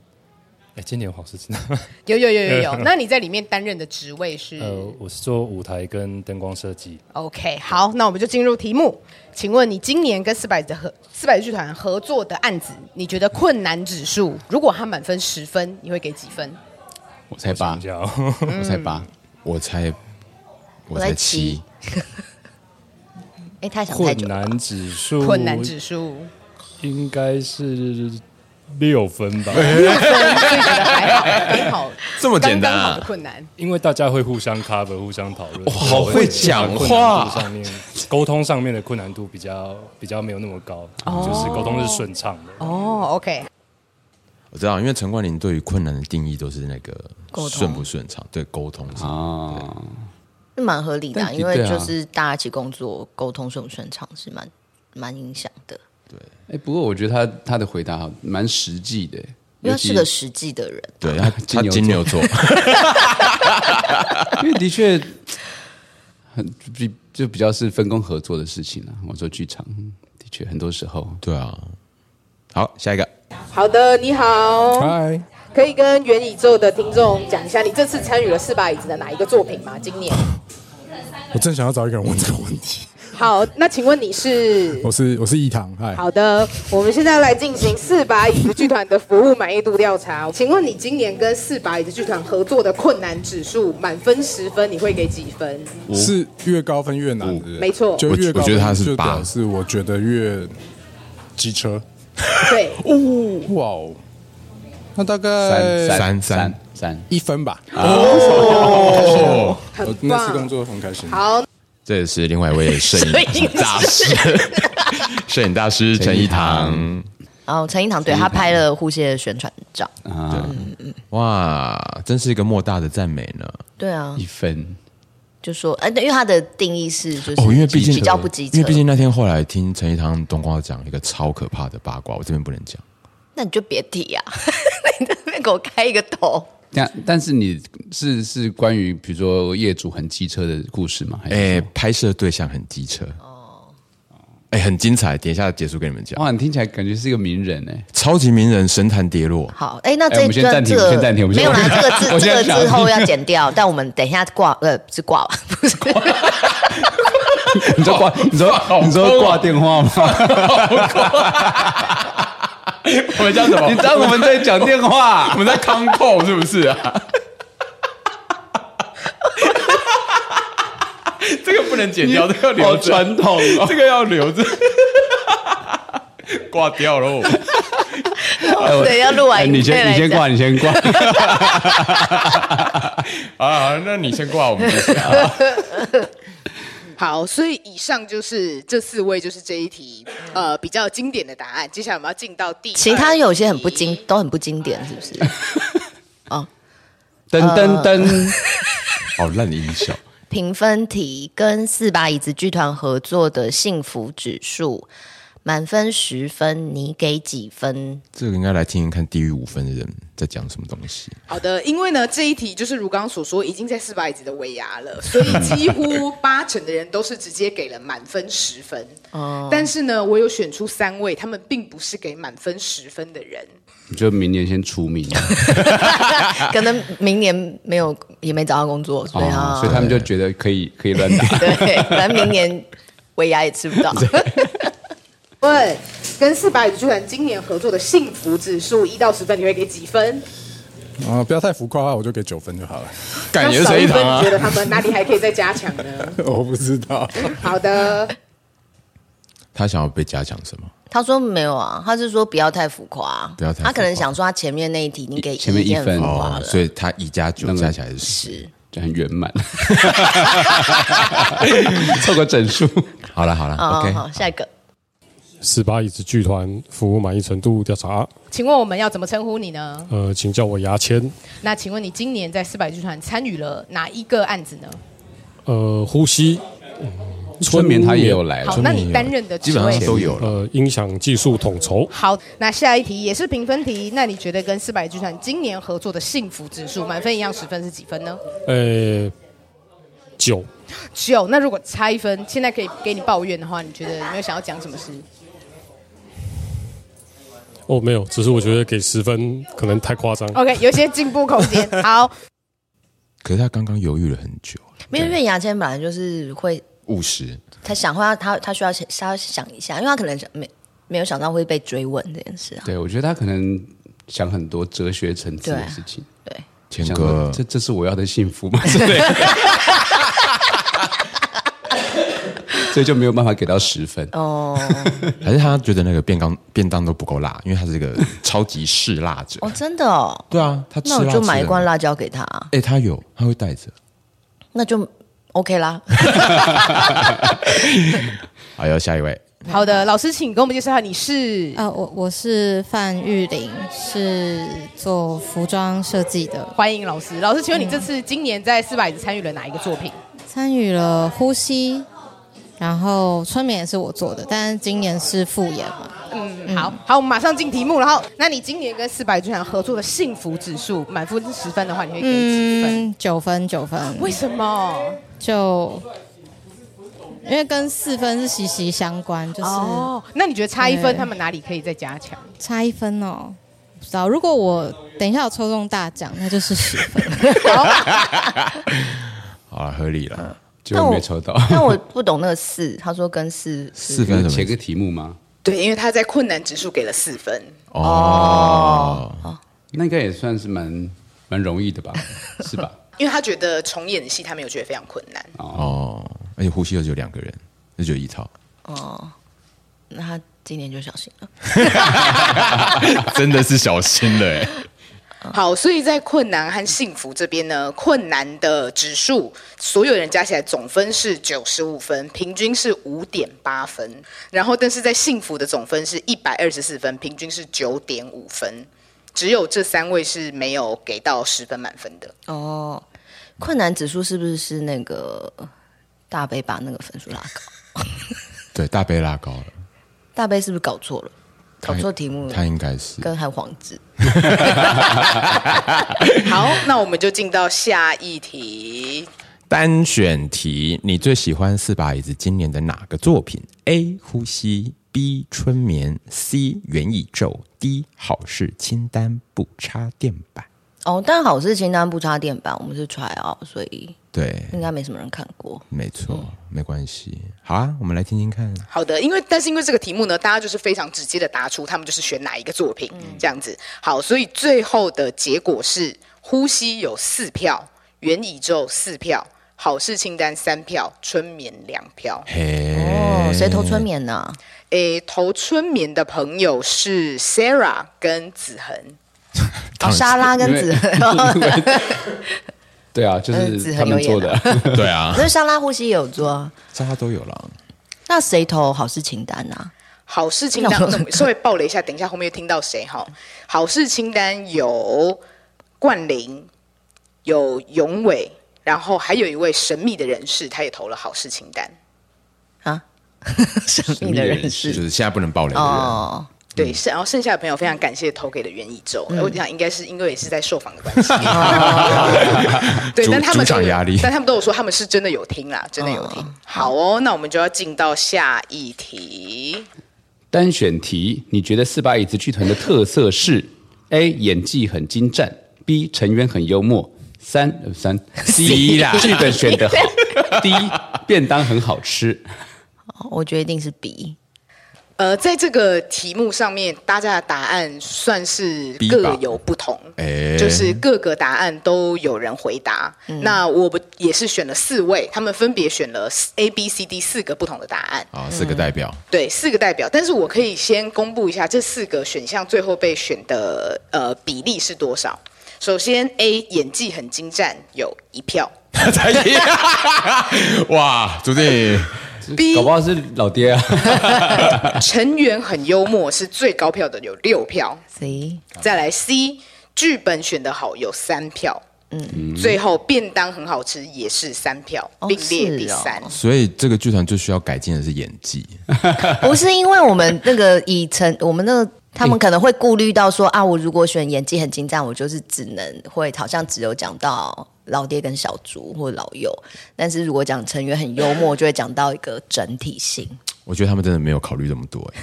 哎，今年有好事清单，有有有有有。那你在里面担任的职位是？呃，我是做舞台跟灯光设计， OK，好，那我们就进入题目。请问你今年跟四百的合四百剧团合作的案子，你觉得困难指数，如果它满分十分，你会给几分？我才八想一，下哦，我才八，啊我猜，嗯我在猜七七，哎、太想太困久了吧。难指数，困难指数，应该是六分吧， 所以觉得还好，刚好这么简刚单刚好啊的！困难。因为大家会互相 cover，互相讨论，好会讲话困难度上面沟通上面的困难度比较比较没有那么高，就是沟通是顺畅的。哦，OK，我知道，因为陈冠霖对于困难的定义都是那个沟通顺不顺畅，对沟通上。啊，是蛮合理的啊、但因为对啊就是大家一起工作，沟通顺不顺畅是蛮蛮影响的。哎，不过我觉得他他的回答好蛮实际的，因为他尤其啊是个实际的人，对他，他金金牛牛座，因为的确很比就比较是分工合作的事情了。我做剧场，的确很多时候对啊。好，下一个，好的，你好，嗨，可以跟元宇宙的听众讲一下，你这次参与了四把椅子的哪一个作品吗？今 年？我正想要找一个人问这个问题。好，那请问你是？我是我是一堂，嗨，好的，我们现在来进行四把椅子剧团的服务满意度调查。请问你今年跟四把椅子剧团合作的困难指数，满分十分，你会给几分？是越高分越难，对不对没错就越高分我觉得他是就八表示我觉得越机车。对，哇哦，那大概三三三三，一分吧。啊哦，我哦很那次工棒。作很开心。好，这也是另外一位摄影大师， 摄影大师陈一堂，然后陈英堂对他拍了护蟹的宣传照，哇，真是一个莫大的赞美呢。对啊一，分。就说，哎、对因为他的定义是就是，哦，因为毕竟比较不机车，因为毕竟那天后来听陈一堂冬瓜讲一个超可怕的八卦，我这边不能讲。那你就别提啊， 你在那边给我开一个头，但但是你是是关于比如说业主很机车的故事吗？还是哎、什么拍摄对象很机车哦，哎、很精彩，等一下结束跟你们讲。哇，你听起来感觉是一个名 人哎、超级名人神坛跌落，嗯好，哎，那哎这我们先暂这停我们先暂停我们没先有啦，这个 我字现这个在想字后要剪掉，但我们等一下挂，呃，是挂吧，不是挂，你说挂，你哦说你说挂电话 吗？我们讲什么你当我们在讲电 话？们在康扣是不 是啊？这个不能剪掉，这个要留好着，传统哦， 这个要留着，挂掉喽。对，要录完哎你影先片你来先讲。挂，你先挂。 啊，那你先挂，我 们好，所以以上就是这四位，就是这一题呃比较经典的答案。接下来我们要进到第二题，其他有些很不经，都很不经典，是不是？噔噔噔，好烂的音效。评分题跟四把椅子剧团合作的幸福指数，满分十分，你给几分？ 这个应该来听听看低于五分的人在讲什么东西。好的，因为呢这一题就是如刚刚所说，已经在四把椅子的尾牙了，所以几乎八成的人都是直接给了满分十分。哦，但是呢，我有选出三位，他们并不是给满分十分的人。你就明年先出名，啊可能明年没有，也没找到工作，所以哦啊所以，他们就觉得可以可以乱 打。对，反正明年尾牙也吃不到。 问跟四把椅子剧团今年合作的幸福指数一到十分，你会给几分？啊，不要太浮夸的话，我就给九分就好了。感那少一分，啊你觉得他们哪里还可以再加强呢？ 我不知道， 好的，他想要被嘉奖什么？他说没有啊，他是说不要太浮夸、啊，不要太浮夸他可能想说他前面那一题你给 前面已经一分很浮夸哦，了，所以他一加九加起来是十。是就很圆 满， 凑个整数。 好了好了啊、哦，OK，好，下一个十八椅子剧团服务满意程度调查，请问我们要怎么称呼你呢？呃，请叫我牙签。那请问你今年在四百剧团参与了哪一个案子呢？呃，呼吸，春眠他也有来好了，，那你担任的基职本位上都有了。呃，音响技术统筹，好，那下一题也是评分题。那你觉得跟四百剧团今年合作的幸福指数，满分一样十分是几分呢？呃，九，九。那如果差一分，现在可以给你抱怨的话，你觉得有没有想要讲什么事？哦，没有，只是我觉得给十分可能太夸张。 OK，有一些进步空 间。好，可是他刚刚犹豫了很久，没有，因为牙签本来就是会，务实。他想话他他需要先稍微想一下，因为他可能想没没有想到会被追问这件事啊。对我觉得他可能想很多哲学层次的事情。对，谦想哥说，这这是我要的幸福吗？ 之类的所以就没有办法给到十分。哦 还是他觉得那个便当便当都不够辣，因为他是一个超级嗜辣者。哦，真的哦， 对啊，他吃那我辣就买一罐辣。辣椒给他，啊哎、他有，他会带着。那就 OK 啦。哎呦，下一位，好的，老师，请给我们介绍一下你是呃，我我是范玉玲，是做服装设计的，欢迎老师。老师，请问你这次今年在四百子参与了哪一个作品？参与了呼吸，然后春眠也是我做的，但是今年是复演嘛，嗯，好好，我们马上进题目。然后，那你今年跟四百剧团合作的幸福指数，满嗯分十分的话，你会给几分？嗯，九分九分，为什么？就因为跟四分是息息相关，就是哦，那你觉得差一分，对他们哪里可以再加强？差一分哦。不知道，如果我等一下有抽中大奖，那就是十分。好了，啊合理了。结果没抽到。但 我不懂 那个四，他说跟四四分有什写么意个思？题目吗？对，因为他在困难指数给了四分，哦，那应该也算是蛮蛮容易的吧，是吧？因为他觉得重演戏他没有觉得非常困难。哦，而且呼吸又只有两个人，那就一套，哦那他今年就小心了。 真的是小心了哎。 嗯好，所以在困难和幸福这边呢，困难的指数，所有人加起来总分是九十五分，平均是五点八分。然后，但是在幸福的总分是一百二十四分，平均是九点五分。只有这三位是没有给到十分满分 的。哦，困难指数是不是是那个大杯把那个分数拉高？对，大杯拉高了，大杯是不是搞错了？他搞错题目他了，应该是跟还黄子。好，那我们就进到下一题。单选题，你最喜欢四把椅子今年的哪个作品？A. 呼吸，B. 春眠，C. 元宇宙，D. 好事清单不插电版。哦，但好事清单不插电版，我们是 try out，所以对，应该没什么人看过。没错，嗯没关系。好啊，我们来听听看。好的，因为但是因为这个题目呢，大家就是非常直接的答出他们就是选哪一个作品、这样子。好，所以最后的结果是《呼吸》有四票，《元宇宙》四票，《好事清单》三票，《春眠》两票。嘿，哦，谁投春眠呢、诶，投《春眠》的朋友是 Sarah 跟子恒。哦，莎拉跟子恒，对啊，就呃嗯子是恒他们有演做的 啊。对啊，那莎拉呼吸也有做啊。大家都有了。那谁投好事清单啊？好事清单，那我们稍微爆雷一下，等一下后面又听到谁哈？好事清单有冠霖，有永伟，然后还有一位神秘的人士，他也投了好事清单。啊，神秘的人就士是现在不能爆雷的人。哦，对，是，然后剩下的朋友非常感谢投给了元宇宙，我想应该是因为也是在受访的关系，对， 主但他们主都场有压力但他们都有说他们是真的有听啦，真的有听。好哦，那我们就要进到下一题。单选题，你觉得四把椅子剧团的特色是？A. 演技很精湛，B. 成员很幽默，三呃三 C 啦，剧本选得好，D. 便当很好吃。哦我觉得一定是 B。呃，在这个题目上面，大家的答案算是逼吧各有不同，哎就是各个答案都有人回答。那我不也是选了四位，他们分别选了 A、B、C、D 四个不同的答案。嗯啊，四个代表，对，四个代表，但是我可以先公布一下这四个选项最后被选的呃比例是多少。首先，A 演技很精湛，有一票才一样。哇，朱定；B 搞不好是老爹啊，成员很幽默，是最高票的，有六票； C 再来 C 剧本选得好，有三票。嗯，最后便当很好吃，也是三票，哦并列是第哦三。所以这个剧团最需要改进的是演技。不是因为我们那个以成， 我们那个他们可能会顾虑到说啊，我如果选演技很精湛，我就是只能会好像只有讲到老爹跟小猪或老幼，但是如果讲成员很幽默，就会讲到一个整体性。我觉得他们真的没有考虑这么多、哎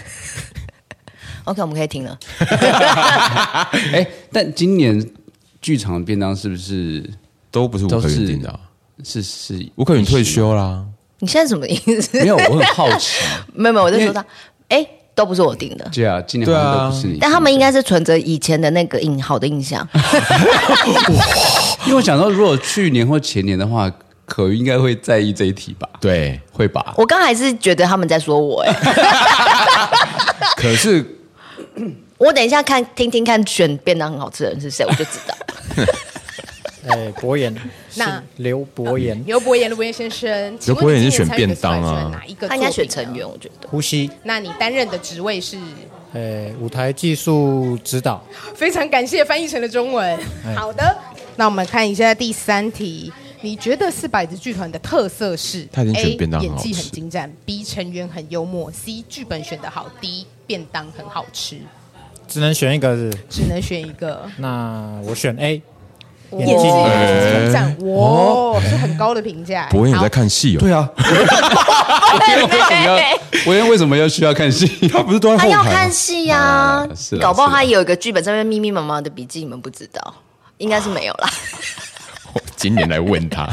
OK，我们可以停了。哎，但今年剧场的便当是不是都不是吴都克是云定的啊、是是吴克云退休啦，你现在什么意思？没有？我很好奇， 没有没有，我在说他，哎，都不是我定的。对啊，今年好像都不是 你，但他们应该是存着以前的那个印好的印象，因为我想说，如果去年或前年的话，可应该会在意这一题吧？对。会吧？我刚还是觉得他们在说我 哎、可是我等一下看听听看选便当很好吃的人是谁，我就知 道。 哎，博言，那是刘博言，刘伯言、刘伯言先生，请问伯言你是今年选参与的便当啊出来是哪一个？他应该选成员，。我觉得。呼吸，那你担任的职位是？哎，舞台技术指导，非常感谢翻译成了中文。 哎好的，那我们看一下第三题。你觉得四百子剧团的特色是？他已经选 A 便当很演好吃技很精湛，B 成员很幽默，C 剧本选得好，D 便当很好吃。只能选一个是。只能选一个。那我选 A，眼镜镜哎哦称赞，哇，是很高的评价。 博彦你在看戏哦？对啊，哦我为什么要需要看戏？ 他不是都他要看戏呀、哦是啦搞不好他是啦有一个剧本上面密密麻麻的笔记，你们不知道，应该是没有啦。我今年来问他，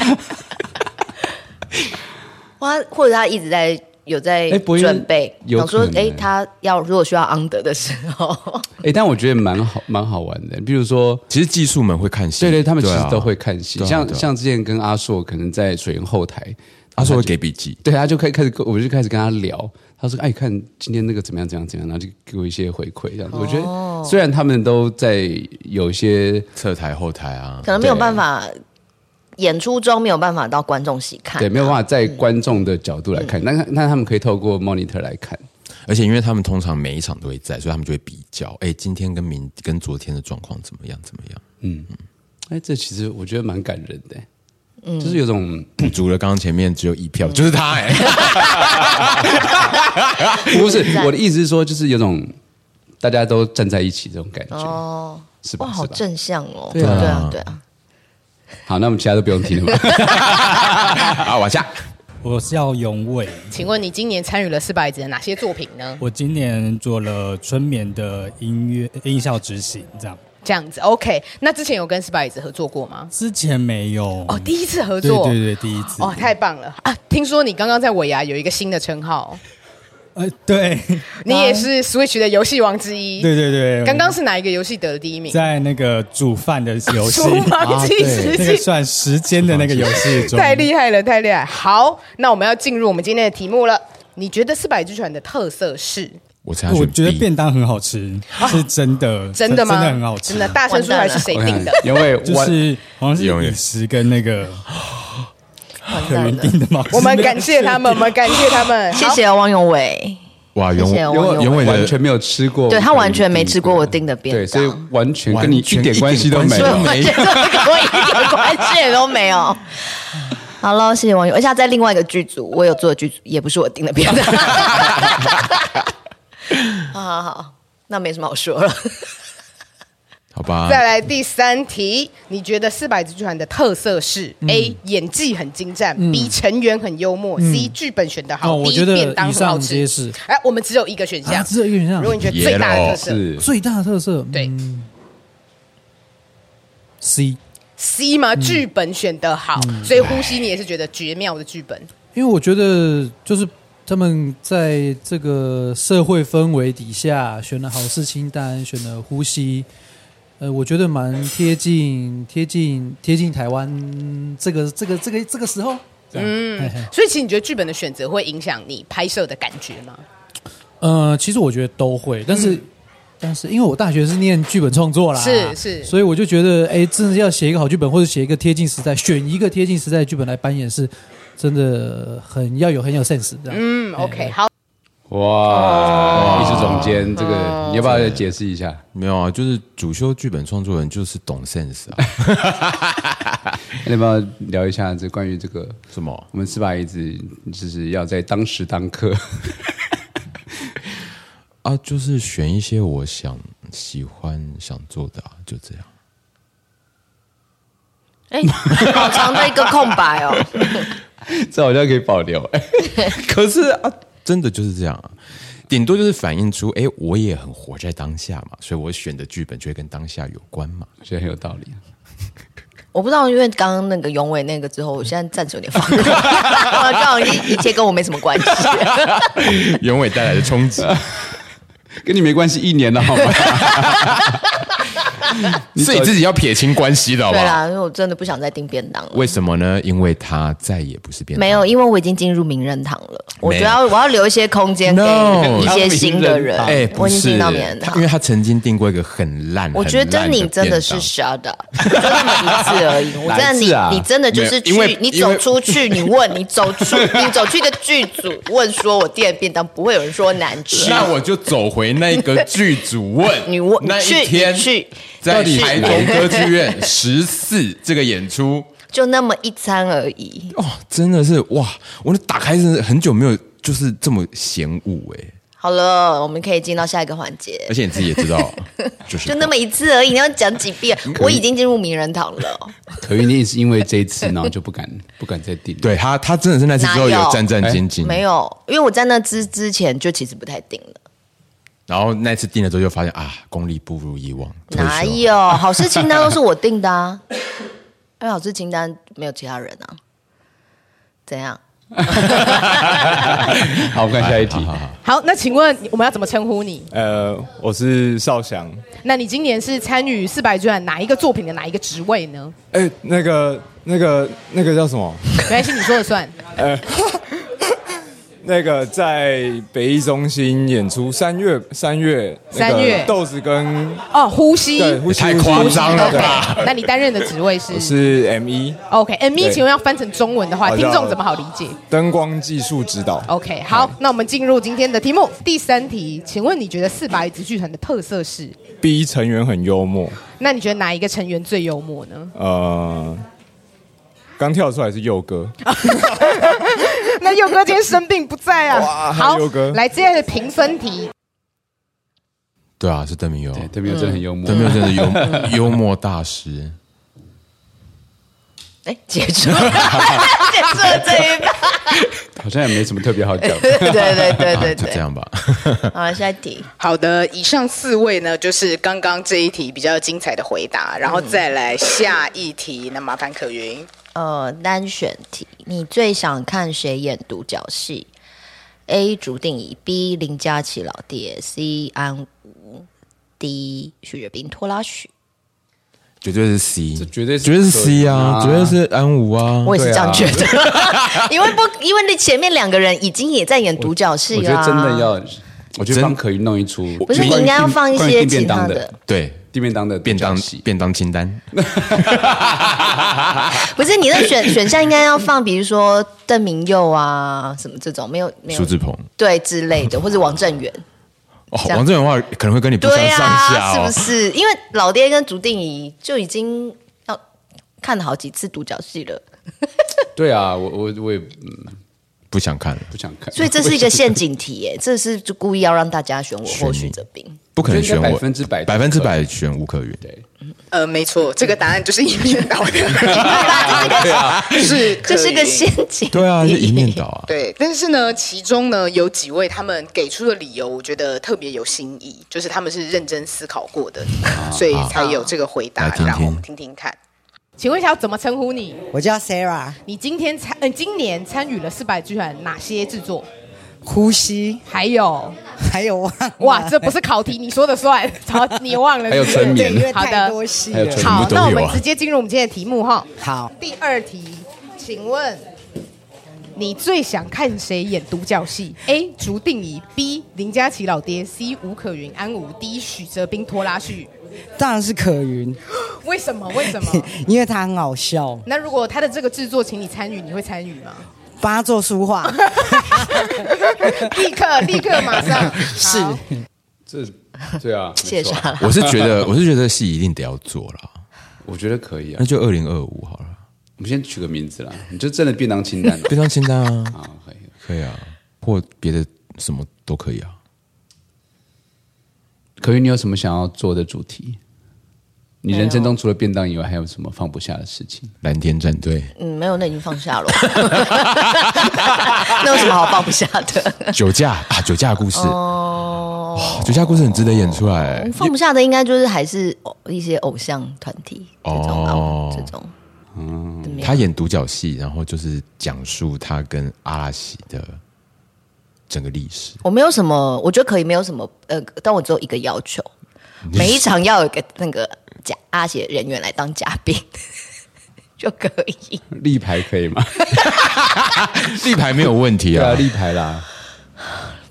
哇，或者他一直在有在哎不会准备，有想说可，能哎、欸他要如果需要 under 的时候， 哎、但我觉得蛮好，蛮好玩的。比如说，其实技术们会看戏，对对，他们其对啊实都会看戏。对啊像对啊像之前跟阿硕，可能在水源后台，他说会给笔记，对，他就开开始跟，我就开始跟他聊。他说：“哎，看今天那个怎么样，怎么样，怎么样。”然后就给我一些回馈，这样子。我觉哦得虽然他们都在有一些侧台后台啊，可能没有办法。法演出中没有办法到嗯观众席看，对，没有办法在观众的角度来看，那那他们可以透过 monitor 来看。 而且因为他们通常每一场都会在，所以他们就会比较，哎，今天跟明跟昨天的状况怎么样？怎么样？嗯，哎，这其实我觉得蛮感人的，嗯就是有种补足了刚刚前面只有一票，就是他哎、 不是我的意思是说，就是有种大家都站在一起这种啊感觉。哦，是吧哇，好是吧正向哦，对啊对啊，对啊，好，那我们其他都不用提了吧。好，往下。 我叫永伟，请问你今年参与了四百集的哪些作品呢？我今年做了春眠的音乐音效执行，这样这样子，OK。那之前有跟 Spice 合作过吗？之前没有哦，第一次合作，对对对，第一次哦，太棒了啊！听说你刚刚在尾牙有一个新的称号，呃对你也是 Switch 的游戏王之一。对对对，刚刚是哪一个游戏得了第一名？在那个煮饭的 游戏，啊厨房计时器对那个算时间的那个游 戏中，太厉害了，太厉害！好，那我们要进入我们今天的题目了。你觉得四百之船的特色是我猜他我选觉得 B 便当很好吃，是真的，哦 真的吗？呃真的很好吃，真的，大声说出来是谁定的？因为就是好像是饮食跟那个可云定的吗？我 们感谢他们，我们感谢他们，谢谢汪永伟， 哇，谢永谢王永永伟完全没有吃过，对他完全没吃过我订的对，便所当，以完全跟你一点关系都没完全一点有关。完全 跟我一点关系也都没有。好了，谢谢网友。而且他在另外一个剧组，我有做的剧组，也不是我订的片。 好好好，那没什么好说了。好啊吧？再来第三题，你觉得四百之船的特色是、A 演技很精湛、嗯 b 成员很幽默、嗯 C 剧本选得好、哦，我 D 觉便得当以很好上吃皆。是。哎，我们只有一个选项，啊，只有一个选项。如果你觉得最大的特色是最大的特色，对嗯，C， C 吗？嗯剧本选得好，嗯所以呼吸你也是觉得绝妙的剧本。因为我觉得就是他们在这个社会氛围底下选了好事清单，选了呼吸，呃，我觉得蛮贴近贴近贴近台湾这个这个这个这个时候，嗯啊嘿嘿，所以其实你觉得剧本的选择会影响你拍摄的感觉吗？呃，其实我觉得都会，但是。但是，因为我大学是念剧本创作啦，嗯是是所以我就觉得，哎，真的要写一个好剧本，或者写一个贴近时代，选一个贴近时代的剧本来扮演，是真的很要有很有 sense 这样。嗯，OK，好， 哇，艺术总监，嗯这个你要不要解释一下？没有啊，就是主修剧本创作人就是懂 sense 啊，你要不要聊一下这关于这个什么？我们四把椅子就是要在当时当 刻，啊，就是选一些我想喜欢想做的啊，就这样。哎、好长的一个空白哦。 这好像可以保留。 哎可是啊，真的就是这样啊，顶多就是反映出，哎，我也很活在当下嘛，所以我选的剧本就会跟当下有关嘛。我觉得很有道理。 我不知道，因为刚刚那个永伟那个之后，我现在暂时有点放空， 我刚好一一切跟我没什么关系。永伟带来的冲击， 跟你没关系一年了，好吗？是你自己要撇清关系的好不对啊好？啦，因为我真的不想再订便当了。为什么呢？因为他再也不是变没有，因为我已经进入名人堂了。我没觉有得要我要留一些空间给 No 一些新的人。哎，我不已经是进到名人他堂因为。他曾经订过一个很烂，我觉得很烂你真的便是当 shut up，真的一次而 已。我真的哪一次啊你你真的就是没有因去为，你因走为出去，你问你走出你走去一个剧组，问说我订的便当不会有人说难吃。 那我就走回那个剧组问 你问那你一去天你去在你去台中歌剧 院十四这个演出，就那么一餐而已。哦，真的是哇！我那打开真的很久没有就是这么嫌恶哎、好了，我们可以进到下一个环节。而且你自己也知道，哎 就是就那么一次而已，你要讲几遍？我已经进入名人堂了。可玉你是因为这一次，然后就 不敢不敢再订。对他，他真的是 那次之后哪有战战兢兢，没。有，因为我在那之之前就其实不太定了。然后那次订了之后就发现啊，功力不如以往，退哪休有？好事清单都是我定的啊， 因为好事清单没有其他人啊。怎样？ 好，我们看下一题。好，那请问我们要怎么称呼你？呃，我是邵翔。那你今年是参与四百卷哪一个作品的哪一个职位呢？哎、那个、那个、那个叫什么？没关系，你说了算。呃， 那个在北艺中心演出，三月、三月、那个三月豆子跟哦，呼吸，对呼吸太夸张了吧呼吸 OK，那你 担任的职位是我哦是 M 一 OK，M 一，对请问要翻成中文的话，好的听众怎么好理解灯光技术指导。 ？OK，好，那我们进入今天的题目，第三题，请问你觉得四百子剧团的特色是？ B 成员很幽默，那你觉得哪一个成员最幽默 呢？呃，刚跳出来是佑哥，那佑哥今天生病不在啊。好嗨佑哥，来接下来的评分题，对啊，是邓明佑，邓明佑真的很幽默 邓明佑真的是 幽幽默大师。哎，结束，结束了这一趴。 好像也没什么特别好讲。 对对对对啊对啊就这样吧。 好，下一题。好的，以上四位呢，就是刚刚这一题比较精彩的回答，然后再来下一题。那麻烦可云，呃，单选题，你最想看谁演独角戏？A. 竹定仪，B. 林佳琪老爹，C. 安吾，D. 徐月斌拖拉许。 绝对是 C，这绝对绝对是 C 啊，啊绝对是安武啊，我也是这样觉得 对啊因为不，因为那前面两个人已经也在演独角戏啊我啦。觉得真的要，我觉得帮可玉弄一出，不是你应该要放一些关于订便其他当的，对，地便当的便当便当清单，不是你的选选项应该要放，比如说邓明佑啊，什么这种没有没有苏志鹏，对之类的，或者王正源。哦，这样王正源的话可能会跟你不相对啊上下是哦，不是？因为老爹跟竹定仪就已经要看了好几次独角戏了，对啊，我我我也嗯不想看了，不想看，所以这是一个陷阱题耶，这是就故意要让大家选我或许哲斌。不可能选我百分之百百分之百选吴可云，对，呃，没错，这个答案就是一面倒的，对啊 是可这云是个陷阱。对啊，是一面倒 啊，对，但是呢，其中呢有几位他们给出的理由，我觉得特别有新意，就是他们是认真思考过的，所以才有这个回答来，听听让我们听听看。请问一下要怎么称呼你？我叫 Sarah，你今天参，呃，今年参与了四百剧团哪些制作？呼吸还有，还有忘了哇，这不是考题，你说的 算。好，你忘了还有是不是春眠对因为太好的多戏了还有春眠好，都有那啊我们直接进入我们今天的题目哈。好，第二题，请问你最想看谁演独角戏？A. 竹定仪，B. 林佳琪老爹，C. 吴可云安武，D. 许哲斌拖拉旭。当然是可云， 为什么？为什么？因为他很好笑。那如果他的这个制作请你参与，你会参与吗？ 帮他做书画，立 刻，立刻，马上。是这 对啊，谢谢莎拉我是觉得我是觉得戏一定得要做啦，我觉得可以啊那，就二零二五好了，我们先取个名字啦，你就真的便当清单便当清单啊，可以 可以啊，或别的什么都可以啊，可云，你有什么想要做的主题？你人生中除了便当以外，还有什么放不下的事情？蓝天战队 嗯，没有，那已经放下 了。那有什么好放不下的？酒驾啊，酒驾的故事，哦，哇酒驾故事很值得演出来嗯，放不下的应该就是还是偶一些偶像团体，哦，这种。嗯，他演独角戏，然后就是讲述他跟阿拉西的整个历史。我没有什么，我觉得可以，没有什么呃，但我只有一个要求，你每一场要有一个那个假阿姐人员来当嘉宾 就可以。立牌可以吗？ 立牌没有问题啊，立牌啦。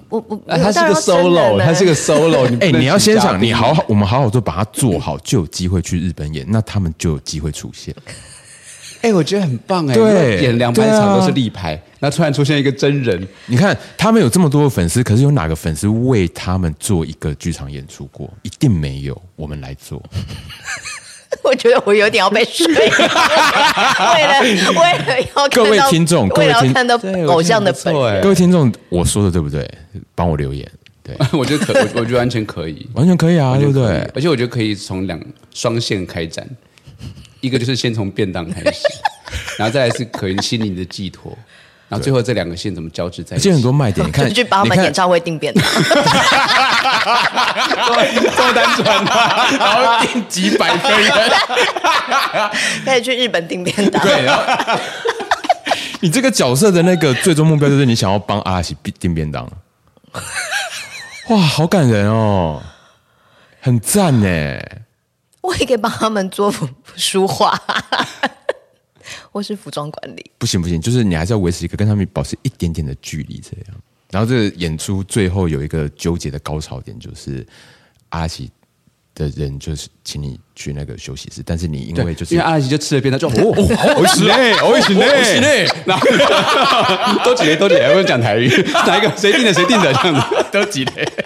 我我啊他是个我当然要真人 solo，了他是个 solo，你不哎、能你要请先嘉想，宾你好好，我们好好做，把它做好，就有机会去日本演，那他们就有机会 出现。哎、我觉得很棒哎、对演两百对啊场都是立牌，那、突然出现一个真人，你看，他们有这么多的粉丝，可是有哪个粉丝为他们做一个剧场演出过？一定没有，我们来 做。我觉得我有点要被睡，为了为了要看到各位听众，各为了位要听看到偶像的本人，各位听众，我说的对不对？帮我留言。对， 我觉得可，我我觉得完全可以，完全可以啊，完全对不可以对？而且我觉得可以从两双线开展，一个就是先从便当开 始，然后再来是可能心灵的寄托，然后最后这两个线怎么交织在而一起且？很多卖点，你 看，就去帮他你们看演唱会订便当。 这么单纯啊，然后订几百个人，开始去日本订便当。对，然后你这个角色的那个最终目标就是你想要帮阿喜订 便当。哇，好感人哦，很赞呢。我也可以帮他们做服书画，或是服装管理。不行不行，就是你还是要维持一个跟他们保持一点点的距离这样。然后这个演出最后有一个纠结的高潮点，就是阿喜的人就是请你去那个休息室，但是你因为就是因为阿拉西就吃了便当，就哦，哦好好吃 嘞好好吃嘞好好 吃嘞然后都几类都几类，不用讲台语，哪一个谁定的谁定的这样子， 都几类。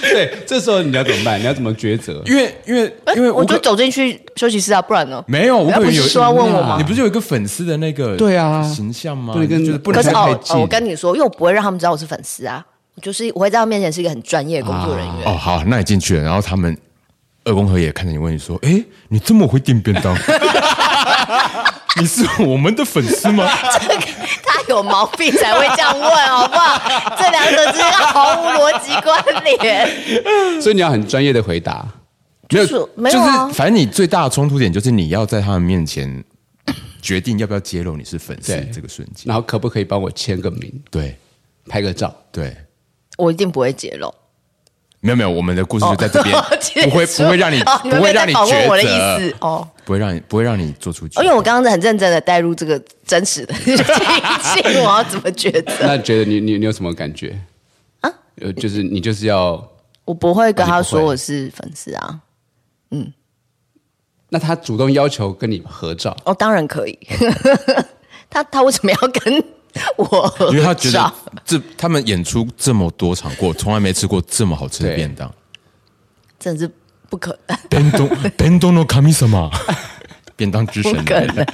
对，这时候你要怎么办？你要怎么抉择？因为因为因为我就走进去休息室啊，不然呢？没有，我他不可能是有说要问我吗你？不是有一个粉丝的那个对啊形象吗？不能跟就是不可能是太哦近哦，我跟你说，因为我不会让他们知道我是粉丝啊，我就是我会在他们面前是一个很专业的工作人员。哦，好，那你进去了，然后他们二宫和也看着你，问你说：“哎，你这么会订便当？ 你是我们的粉丝吗这个 他有毛病才会这样问，好不 好？这两者之间毫无逻辑关联。 所以你要很专业的回答。就是没有啊就是反正你最大的冲突点就是你要在他们面前决定要不要揭露你是粉丝对这个瞬间。然后可不可以帮我签个名？对，拍个照。对，我一定不会揭露。没有没有，我们的故事就在这 边哦结，束不会不会让你哦不们会让没有在访你问我的抉意择思，哦。不会让你不会让你做出决因为我刚刚是很认真的带入这个真实 的情境，我要怎么抉择？ 那觉得你你你有什么感觉？啊，呃，就是你就是要，我不会跟他说啊你不会我是粉丝啊。嗯，那他主动要求跟你合照，哦，当然可以。 他他为什么要跟我？因为他觉得这他们演出这么多场过，从来没吃过这么好吃的便当。真的是不可 能，便当便当の神様，便当之不神可能。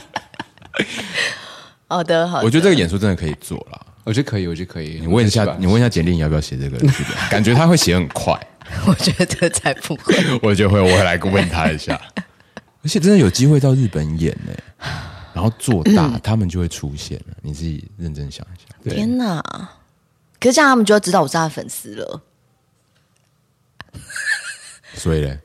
好的，好的。我觉得这个演出真的可以做啦。我觉得可以，我觉得可以。你问一下，你问一下简历要不要写 这个剧本？感觉他会写很快，我觉得才哎不会。我就会我会来问他一下。而且真的有机会到日本演呢、 然后做大，他们就会出现了。你自己认真想一下。天哪！可是这样他们就要知道我是他的粉丝了，所以嘞，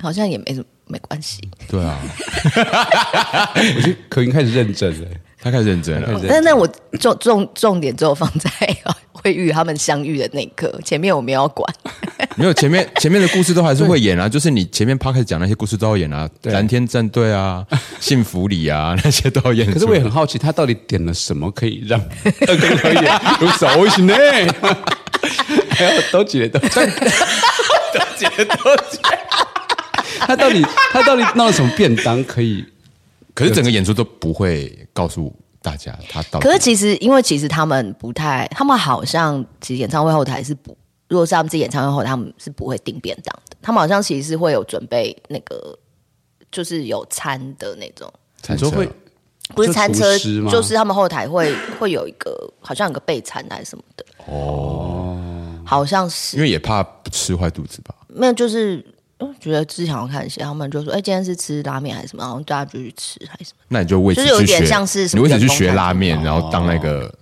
好像也没什么没关系。对啊， 我觉得可云开始认真了，他开始认真了。但但我重重重点只有放在呃会与他们相遇的那一刻，前面我没有要管。 没有前面前面的故事都还是会演啊，就是你前面 p 开始讲那些故事都要演啊，蓝天战 队啊、幸福里啊那些都要演出。可是我也很好奇，他到底点了什么可以让 二哥可以有手型呢？ 还有都姐都姐都姐都姐，他到底他到底闹了什么便当可以？可是整个演出都不会告诉大家他到底可是其实，因为其实他们不太，他们好像其实演唱会后台是不，如果是他们自己演唱会后台，他们是不会订便当的。他们好像其实是会有准备那个，就是有餐的那种，你说会不是就餐厨车，师吗就是他们后台会会有一个，好像有个备餐还是什么的，哦，好像是因为也怕吃坏肚子吧？没有，就是嗯觉得之前我看一些，他们就说，哎、今天是吃拉面还是什么，然后大家就去吃还是什么，那你就为此就是有去点学，像是什你么为此去员工学餐拉面，然后当那个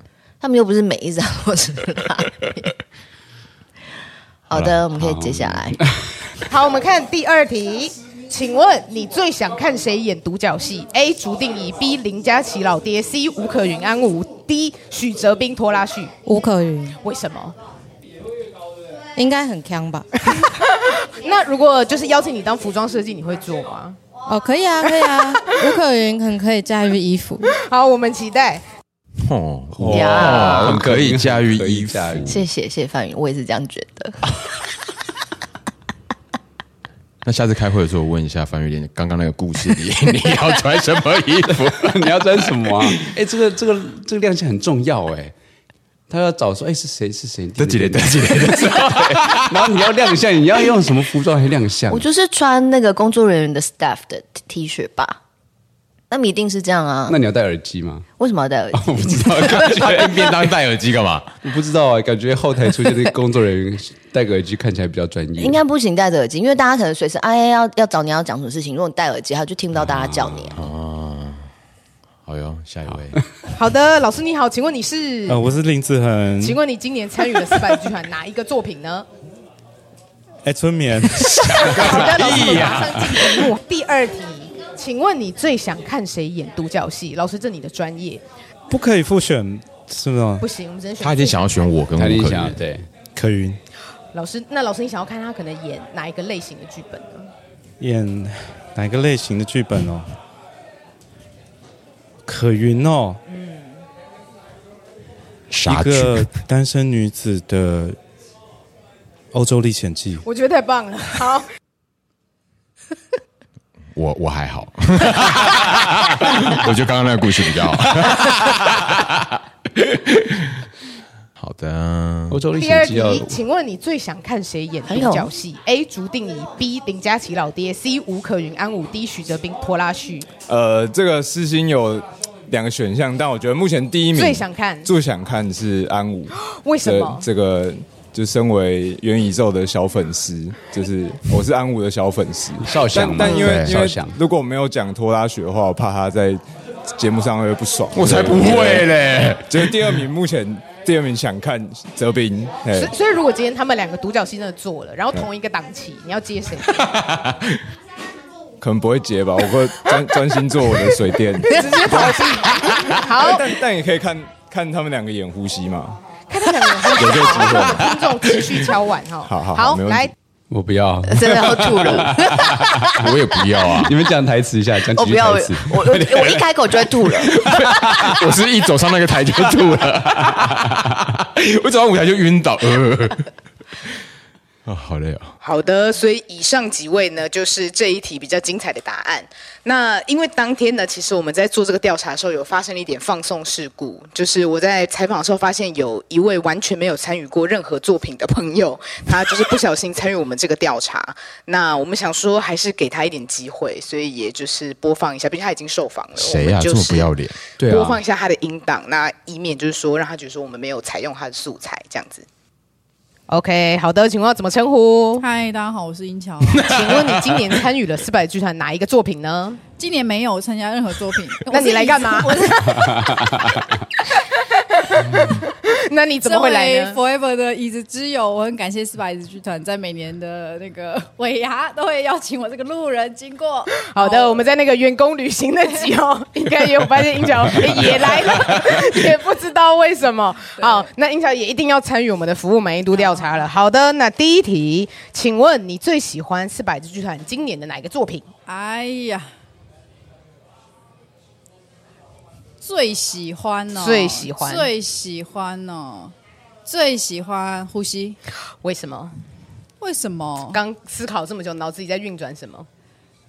他们又不是每一张都是拉面。好的，我们可以接下来。好，我们看第二题，请问你最想看谁演独角戏？A. 竹定仪，B. 林嘉琪老爹，C. 吴可云安武，D. 许哲斌拖拉旭。吴可云为什么？应该很强 吧？那如果就是邀请你当服装设计，你会做吗？哦，可以啊，可以啊，吴可云很可以驾驭衣服。好，我们期待。哦，呀哇，很可以驾驭衣服。谢谢谢谢范云，我也是这样觉得。那下次开会的时候，我问一下范玉莲，刚刚那个故事里你要穿什么衣服？你要穿什么啊？哎、这个这个这个亮相很重要哎、他要找说，哎、是谁是谁？得几类得几类， 然后你要亮相，你要用什么服装来亮相我？就是穿那个工作人员的 staff 的 T 恤吧。那么一定是这样啊那。你要戴耳机 吗？为什么要戴耳机？我不知道，感觉便当戴耳机干嘛？我不知道啊，感觉后台出现的工作人员戴个耳机看起来比较专业应。该不行戴着耳机，因为大家可能随时哎要要找你要讲什么事情，如果你戴耳机，他就听不到大家叫你啊。 好哟，下一位，好 的，老师你好，请问你是？呃，我是林志恒。请问你今年参与了四百剧团哪一个作品呢？哎，春眠。好的，老师屁我呀马上进题目。第二题，请问你最想看谁演独角戏？老师，这你的专业不可以复选，是不是吗？不行，我们只能选。啊他已经想要选我跟他已吴经可想要云，对，可云老师，那老师你想要看他可能演哪一个类型的剧本呢？演哪个类型的剧本哦？可云哦，傻一个单身女子的欧洲历 险记。我觉得太棒了，好， 我我还好， 我觉得刚刚那个故事比较好。 好的，欧洲第二题，请问你最想看谁演独角戏？A. 竹定仪，B. 林佳琪老爹，C. 吴可云、安武，D. 许哲斌、拖拉旭。呃，这个私心有两个选项，但我觉得目前第一名最想看最想看是安武。 为什么这这个就身为元宇宙的小粉丝， 就是我是安武的小粉丝，少祥嘛但但因为对因为少祥如果没有讲拖拉雪的话，我怕他在节目上会不爽。我才不会嘞！就是第二名，目前第二名想看泽斌，哎所以所以如果今天他们两个独角戏真的做了，然后同一个档期，你要接谁？可能不会接吧，我会专专心做我的水电。哎直接逃 避。 好，但但也可以看看他们两个演呼吸嘛。看他们两个有这个机会好 听众持续敲碗哈。好好好好没问题来，我不要，真的要吐 了，我也不要啊！你们讲台词一下，讲我哦不几句要，台我词。我 我一开口就会吐了。我是一走上那个台就 吐啊了， 我走上舞台就晕倒。 呃啊，好累啊！好的，所以以上几位呢，就是这一题比较精彩的答案。那因为当天呢，其实我们在做这个调查的时候，有发生了一点放送事故，就是我在采访的时候发现有一位完全没有参与过任何作品的朋友，他就是不小心参与我们这个调查。那我们想说，还是给他一点机会，所以也就是播放一下，毕竟他已经受访了。谁我呀、们这就么是不要啊脸？播放一下他的音档，那以免就是说让他觉得说我们没有采用他的素材这样子。 OK，好的，请问要怎么称呼？嗨，大家好，我是英乔。请问你今年参与了四百剧团哪一个作品呢？，今年没有参加任何作品 那你来干嘛我是 那你怎么会来 呢？ ？Forever 的椅子之友，我很感谢四百椅子剧团在每年的那个尾牙都会邀请我这个路人经过。好的，我们在那个员工旅行那集 哦，应该也有发现英乔也来了，也不知道为什么。好，那英乔也一定要参与我们的服务满意度调查了。好的，那第一题，请问你最喜欢四百只剧团今年的哪一个作品？哎呀，最喜欢哦，最喜欢最喜欢哦，最喜欢呼吸。为什么？为什么？刚思考这么久，脑子里在运转什么？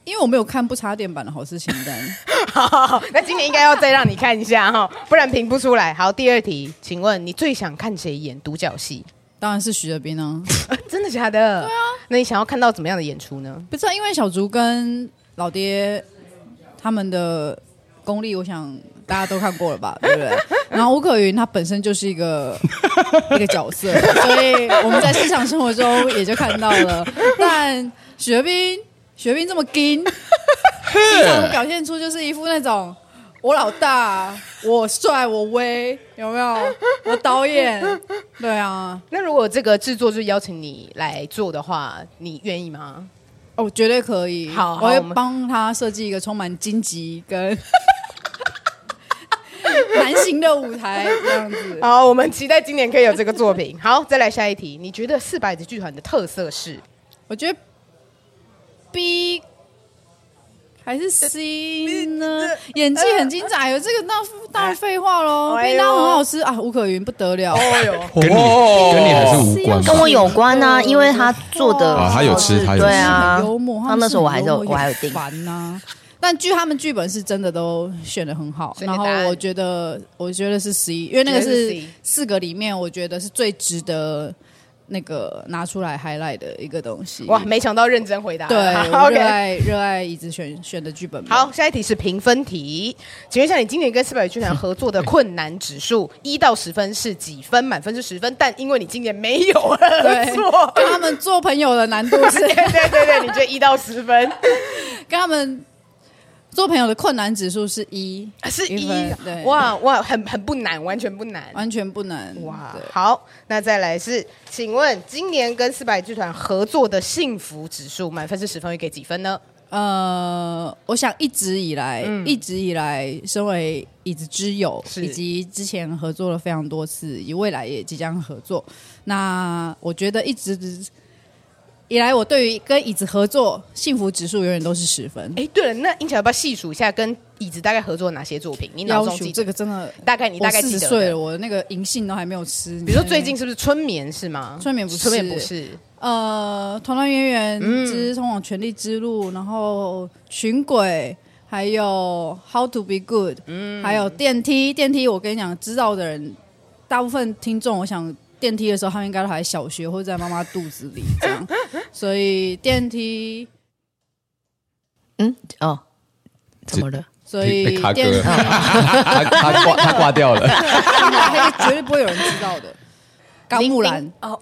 因为我没有看不插电版的好事情单。好， 那今年应该要再让你看一下哈、不然评不出来。好，第二题，请问你最想看谁演独角戏？当然是徐哲斌啊， 真的假的？对啊。那你想要看到怎么样的演出呢？不是、啊、因为小竹跟老爹他们的功力，我想大家都看过了吧，对不对？然后吴可云他本身就是一个一个角色，所以我们在日常生活中也就看到了。但学兵学兵这么硬，经常表现出就是一副那种。我老大，我帅，我威，有没有？我 导演，对啊，那如果这个制作就邀请你来做的话，你愿意吗？哦，绝对可以。好好我会我们帮他设计一个充满荆棘跟 男性的舞台这样子。 好，我们期待今年可以有这个作品。 好，再来下一题，你觉得四百子剧团的特色是？我觉得 B 还是 C 呢？演技很精彩，有这个那当然废话喽。哎便呦当很好吃啊，吴可云不得哦了。跟你跟你还是无关吧跟我有关哦啊，因为他做的哦啊他有吃他有吃对啊，幽默，他那时候我还是有我还有订，烦啊呐。但据他们剧本是真的都选的很好，以你然的后答案我觉得我觉得是 C，因为那个觉得是是 C 四个里面我觉得是最值得那个拿出来 highlight 的一个东西。哇，没想到认真回答。对，好我热爱，OK。热爱椅子选选的剧本嘛。好，下一题是评分题，请问一下，你今年跟四百剧团合作的困难指数一到十分是几分？满分是十分，但因为你今年没有合对作，跟他们做朋友的难度 是对对对对，你觉得一到十分？ 跟他们做朋友的困难指数是一，啊是一分对，哇哇，很很不难，完全不难，完全不难，哇。好，那再来是，请问今年跟四百剧团合作的幸福指数，满分是十分，会给几分呢？呃，我想一直以来，嗯一直以来，身为椅子之友，是以及之前合作了非常多次，以未来也即将合作。那我觉得一直以来，我对于跟椅子合作，幸福指数永远都是十分。哎，对了，那英乔要不要细数一下跟椅子大概合作哪些作品？你脑要中求记这个真的，大概你大概四记十得岁的了，我那个银杏都还没有吃。比如说最近是不是春眠是吗？春眠不是春眠不是，呃，团团圆圆嗯之通往权力之路，然后寻轨，还有 How to be good，、还嗯有电梯。电梯，我跟你讲，知道的人，大部分听众，我想电梯的时候，他们应该都还小学或者在妈妈肚子里这样，所以电梯，嗯，哦，怎么了？哦所以被卡电歌了 梯，他他挂他挂 掉了那个绝对不会有人知道的。高木兰哦，哦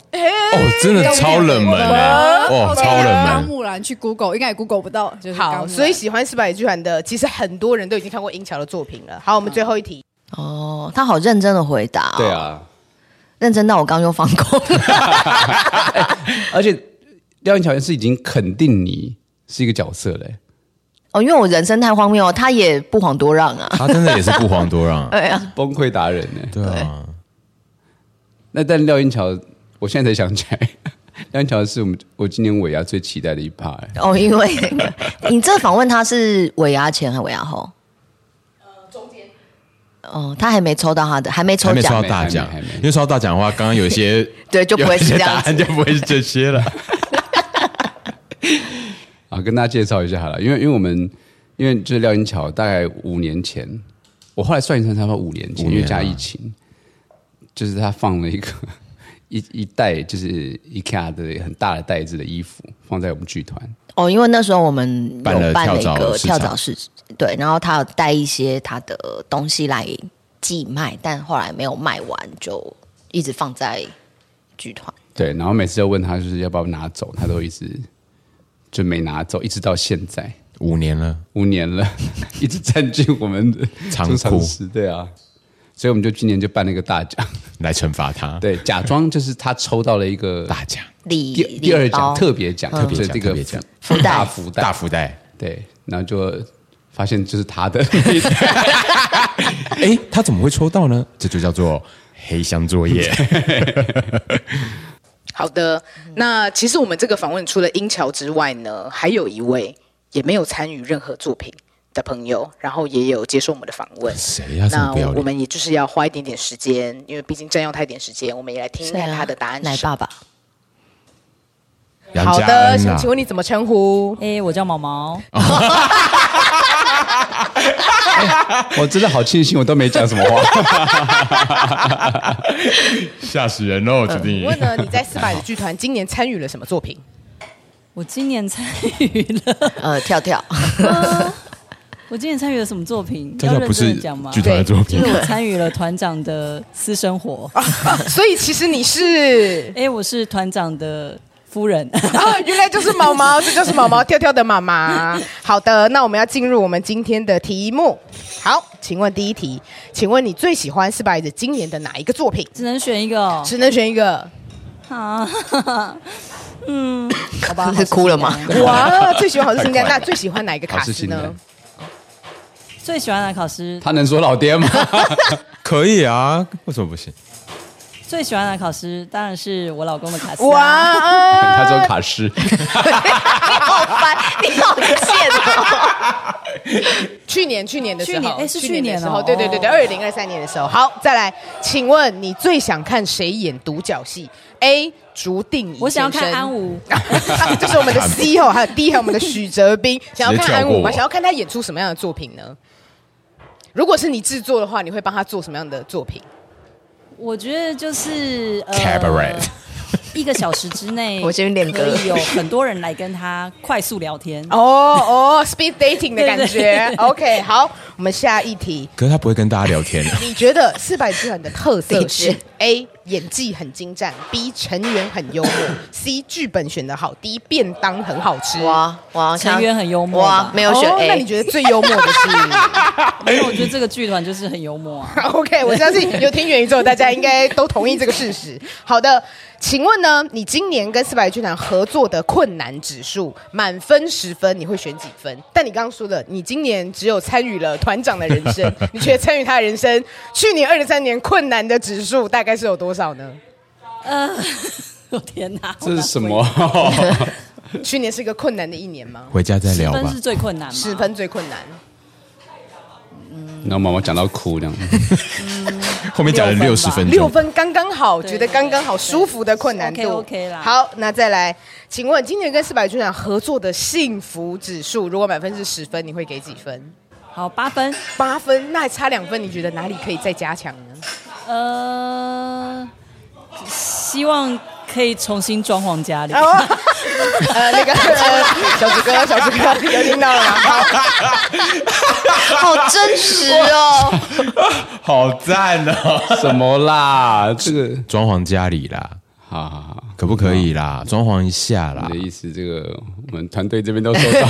真的超冷门啊欸哦超冷门高木兰去 Google 应该也 Google 不到，就是高木好，兰所以喜欢四百剧团的，其实很多人都已经看过英乔的作品了。好，我们最后一题， 哦，他好认真的回答、哦对，啊，认真到我刚刚又放空。 哎而且廖英乔是已经肯定你是一个角色嘞、哦，因为我人生太荒谬，他也不遑多让啊。他真的也是不遑多让对啊，崩溃达人呢、对啊。那但廖英乔，我现在才想起来，廖英乔是我们我今年尾牙最期待的一趴、欸。 哦，因为 你这访问他是尾牙前还尾牙后？呃，中间。哦，他还没抽到他的，还没抽还没抽奖到。大奖，因为抽到大奖的话，刚刚有一些对就不会是有一些这样答子案就不会是 这些 了。啊，跟大家介绍一下好了，因为因为我们因为就是廖英桥，大概五年前，我后来算一算，差不多五年前，五因年啊为加疫情，就是他放了一个 一一袋，就是 IKEA 的很大的袋子的衣服，放在我们剧团。哦，因为那时候我们有办了办了一跳蚤个市场跳蚤市，对，然后他有带一些他的东西来寄卖，但后来没有卖完，就一直放在剧团。 对，然后每次都问他就是要不要拿走，他都一直就没拿走，一直到现在五年了，五年了， 一直占据我们的仓储库藏室。对啊，所以我们就今年就办了一个大奖来惩罚他。对，假装就是他抽到了一个大奖，礼第第二奖特别嗯奖，嗯特别就是奖这个特别奖福福袋大福袋，大福袋。对，然后就发现就是他的， 哎，他怎么会抽到呢？这就叫做黑箱作业。好的，嗯那其实我们这个访问除了英乔之外呢，还有一位也没有参与任何作品的朋友，然后也有接受我们的访问。谁呀这么那不要脸我们也就是要花一点点时间，因为毕竟占用他一点时间，我们也来听听看他的答案是奶什么。爸爸，杨好家的，恩请啊请问你怎么称呼？哎，我叫毛毛。我真的好庆幸我都没讲什么话， 吓死人哦，决定。请嗯问呢，你在四百的剧团今年参与了什么作品？ 我今年参与了，呃，跳跳， 我今年参与了什么作品？哦这要叫认不是真的讲吗？剧团的作品就是我参与了团长的私 生活，啊所以其实你是， 哎，我是团长的夫人。 啊，原来就是毛毛，这就是毛毛跳跳的妈妈。好的，那我们要进入我们今天的题目。好，请问第一题，请问你最喜欢四百的今年的哪一个作品？只能选一个、哦，只能选一个。啊， 嗯，好吧，是哭了 吗？哇，最喜欢好事情干，太快了那最喜欢哪一个卡司呢？最喜欢哪个考试？他能说老爹吗？ 可以啊，为什么不行？最喜欢哪个考试？当然是我老公的卡斯、啊哇， 他说卡诗，好烦，你好贱哦！去年去年的时候，啊去年哎是去年的时哦候，对对对对，二零二三年的时候。好，再来，请问你最想看谁演独角戏？A. 竹定仪，我想要看安，武， 这是我们的 C 哦，还有 D 还有我们的许哲 斌，想要看安武吗？直接跳过我想要看他演出什么样的作品呢？如果是你制作的话，你会帮他做什么样的作品？我觉得就是呃 Cabaret 一个小时之 内，我先去练歌可以有很多人来跟他快速聊天。哦哦，speed dating 的感觉对对。 OK，好，我们下一题。可是他不会跟大家聊 天啊你觉得四百之人的特色是地址 A 演技很精湛，B 成员很幽默，C 剧本选得好，D 便当很好吃。哇哇成员很幽默吧哇，没有选 A 那你觉得最幽默的是因为我觉得这个剧团就是很幽默啊。 ？OK，我相信有听元宇宙，大家应该都同意这个事实。好的，请问呢，你今年跟四百剧团合作的困难指数满分十分，你会选几分？但你刚刚说的，你今年只有参与了团长的人生，你觉得参与他的人生，去年二十三年困难的指数大概是有多少呢？ 呃，我天哪，这是什么？去年是一个困难的一年吗？回家再聊吧十分是最困难，十分最困难。然后妈妈讲到哭这样， 后面讲了六十分六钟，分刚刚好，觉得刚刚好舒服的困难度 OK，OK 啦好，那再来，请问今年跟四百军长合作的幸福指数，如果满分是十分，你会给几分？好，八分，八分，那还差两分，你觉得哪里可以再加强呢？呃，希望可以重新装潢家里。哦 呃，那个呃小紫哥，小紫哥有听到了吗？好好真实哦，好赞哦！什么啦？这个装潢家里啦，好好好，可不可以啦？装潢一下啦。你的意思，这个我们团队这边都收到了。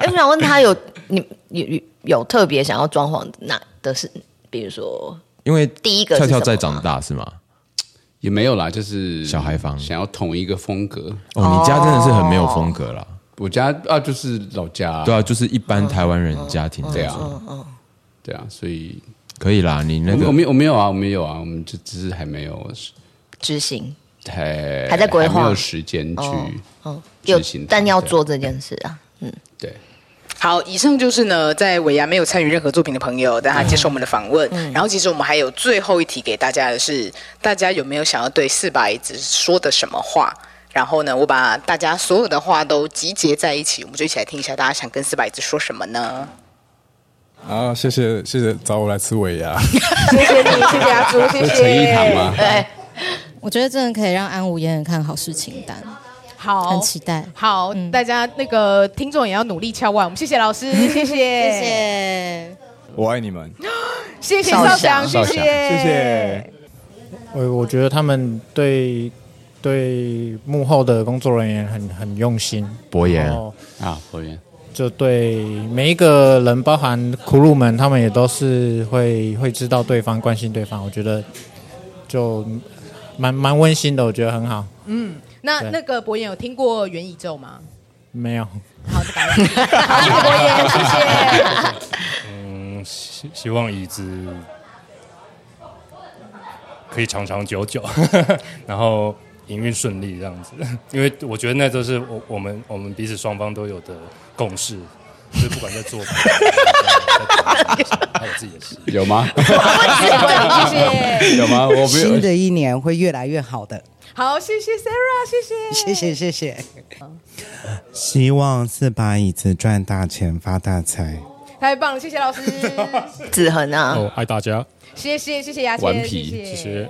哎，我想问他有你有有有特别想要装潢哪的是，比如说因为第一个是什跳跳么在长大是吗？也没有啦，就是小孩房，想要统一个风格。 哦哦，你家真的是很没有风格啦。我家啊，就是老家、对啊，就是一般台湾人家庭这对啊样，对啊，所以可以啦。你那我个们我没有啊，我没有啊，我们就只是还没有执行还还在规划还没有时间去哦哦有执行它。但要做这件事啊， 嗯，对。好，以上就是呢，在尾牙没有参与任何作品的朋友，但他接受我们的访问。嗯然后，其实我们还有最后一题给大家的是，大家有没有想要对四百子说的什么话？然后呢，我把大家所有的话都集结在一起，我们就一起来听一下，大家想跟四百子说什么呢？啊，谢谢谢谢，找我来吃尾牙，谢谢你，谢谢阿朱，谢这陈意堂吗对，我觉得真的可以让安无言人看好事清单，好，很期待。好，大家那个听众也要努力敲碗，我们谢谢老师，谢谢，谢谢，我爱你哎们，谢谢少少祥祥，谢谢，少祥谢谢。我我觉得他们对对幕后的工作人员很很用心，博言然后啊，博言，就对每一个人，包含苦路们，他们也都是会会知道对方、关心对方。我觉得就蛮蛮温馨的，我觉得很好。嗯，那对那个博言有听过元宇宙吗？没有，好，谢谢博言，谢谢。 嗯，希希望椅子可以长长久久， 然后营运顺利这样子。因为我觉得那都是我我们我们彼此双方都有的共识，就是不管在做，还有自己的事，有 吗？谢谢有吗？我没有新。的一年会越来越好的，好，谢谢 Sarah，谢谢，谢谢谢谢。希望四把椅子赚大钱发大财。太棒了，谢谢老 师，子恒啊，哦，爱大家。谢谢谢谢牙签，谢谢，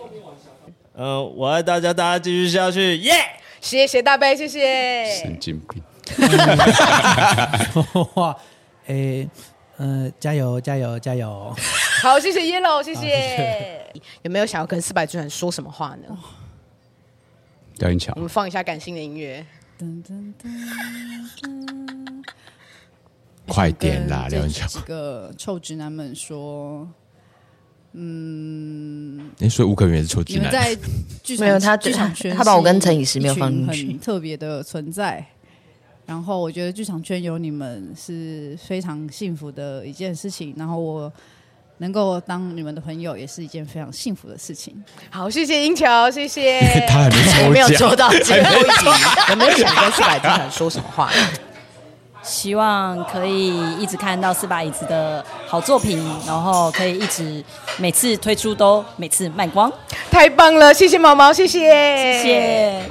呃，我爱大家，大家继续下去，耶、谢谢大杯，谢谢。神经病。 哇，诶、呃，加油，加油，加油！好，谢谢 Yellow，谢谢。 有没有想要跟四百巨人说什么话呢？廖云桥我，们放一下感性的音乐。快点啦，跟廖文这强。几个臭直男们说，嗯，哎，所以吴可元也是臭你直们男。在剧场 没有他剧场圈，他把我跟陈以诗没有放进去很特别的存在。然后我觉得剧场圈有你们是非常幸福的一件事情。然后我能够当你们的朋友，也是一件非常幸福的事情。。好，谢谢英桥，谢谢他还没 抽奖没有抽到最后一题有没有想跟四百巨人说什么话？希望可以一直看到四把椅子的好作品，然后可以一直每次推出都每次卖光。太棒了，谢谢毛毛，谢谢，谢谢。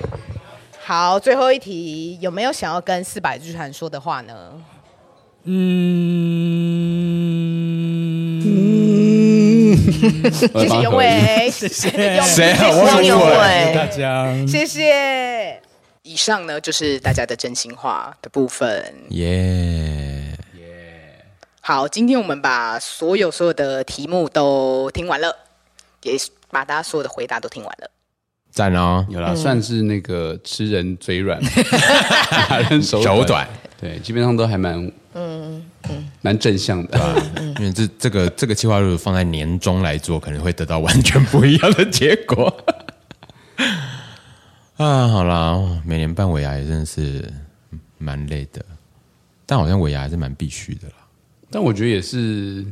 好，最后一题，有没有想要跟四百巨人说的话呢？嗯，嗯，谢谢永 伟，谢谢谢呃谁啊我谢很永伟伟，家谢谢。以上呢就是大家的真心话的部分。耶！好，今天我们把所有所有的题目都听完了，也把大家所有的回答都听完了。赞哦！有嗯啦，算是那个吃人嘴软， 打人手手短，对，基本上都还蛮嗯嗯，蛮正向的，啊因为这这个这个计划如果放在年终来做，可能会得到完全不一样的结果。 啊，好啦，哦每年办尾牙也真的是嗯蛮累的，但好像尾牙还是蛮必须的啦。但我觉得也是，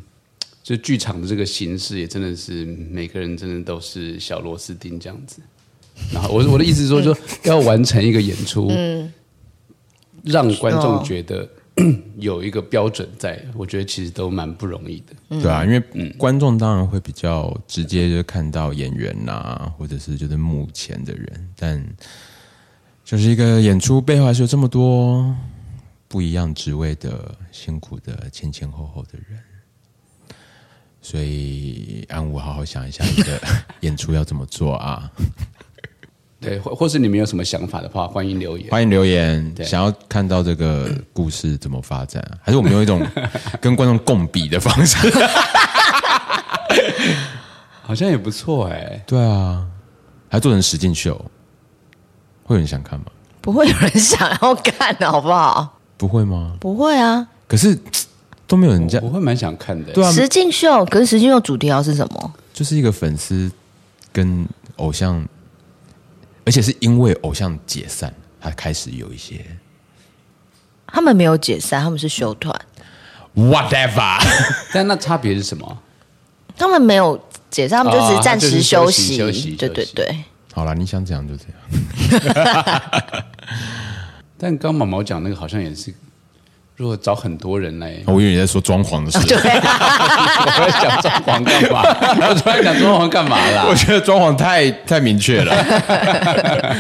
就剧场的这个形式也真的是每个人真的都是小螺丝钉这样子。然后我我的意思是说，说要完成一个演出，嗯，让观众哦觉得 有一个标准在，我觉得其实都蛮不容易的。对啊，因为观众当然会比较直接就看到演员呐、或者是就是幕前的人，但就是一个演出背后还是有这么多不一样职位的辛苦的前前后后的人，所以安武好好想一下你的 演出要怎么做啊！对，或或是你们有什么想法的话，欢迎留言。欢迎留言，对想要看到这个故事怎么发展，啊 还是我们用 一种跟观众共比的方式？好像也不错哎、对啊，还做成实境秀，会有人想看吗？不会有人想要看的好不好？不会吗？不会啊，可是都没有人家，我会蛮想看的。欸对啊，实境秀，可是实境秀主题要是什么？就是一个粉丝跟偶像，而且是因为偶像解散，他开始有一些他们没有解散，他们是休团， whatever。但那差别是什么？他们没有解散，他们就只哦是暂时他就是休息息。休息对对对，好啦，你想怎样 就怎样。但刚毛毛讲那个好像也是，如果找很多人来，哦我以为你在说装潢的哦事，我在想装潢干 嘛？我突然想装潢干嘛啦？我觉得装潢太太明确 了。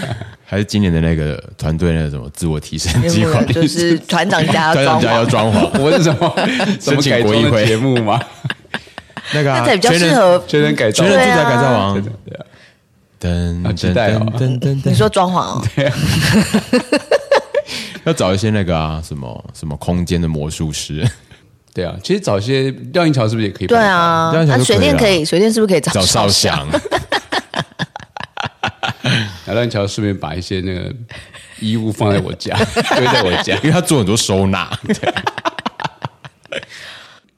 还是今年的那个团队那个什么自我提升计划里，就是团长家 团要长家要装装潢，潢， 我是什么什申么请改国装议的会节目吗？那个啊那才比较适合全人改造，全人住宅改造王对啊对啊噔好期待哦噔噔你说装潢 哦，要找一些那个啊，什么什么空间的魔术师，对啊，其实找一些廖英桥是不是也可以对办？啊，这样想那就水可以电了可以，水电是不是可以找少少祥？祥，然后廖英桥顺便把一些那个衣物放在我 家，堆在我家因。为他做很多收纳。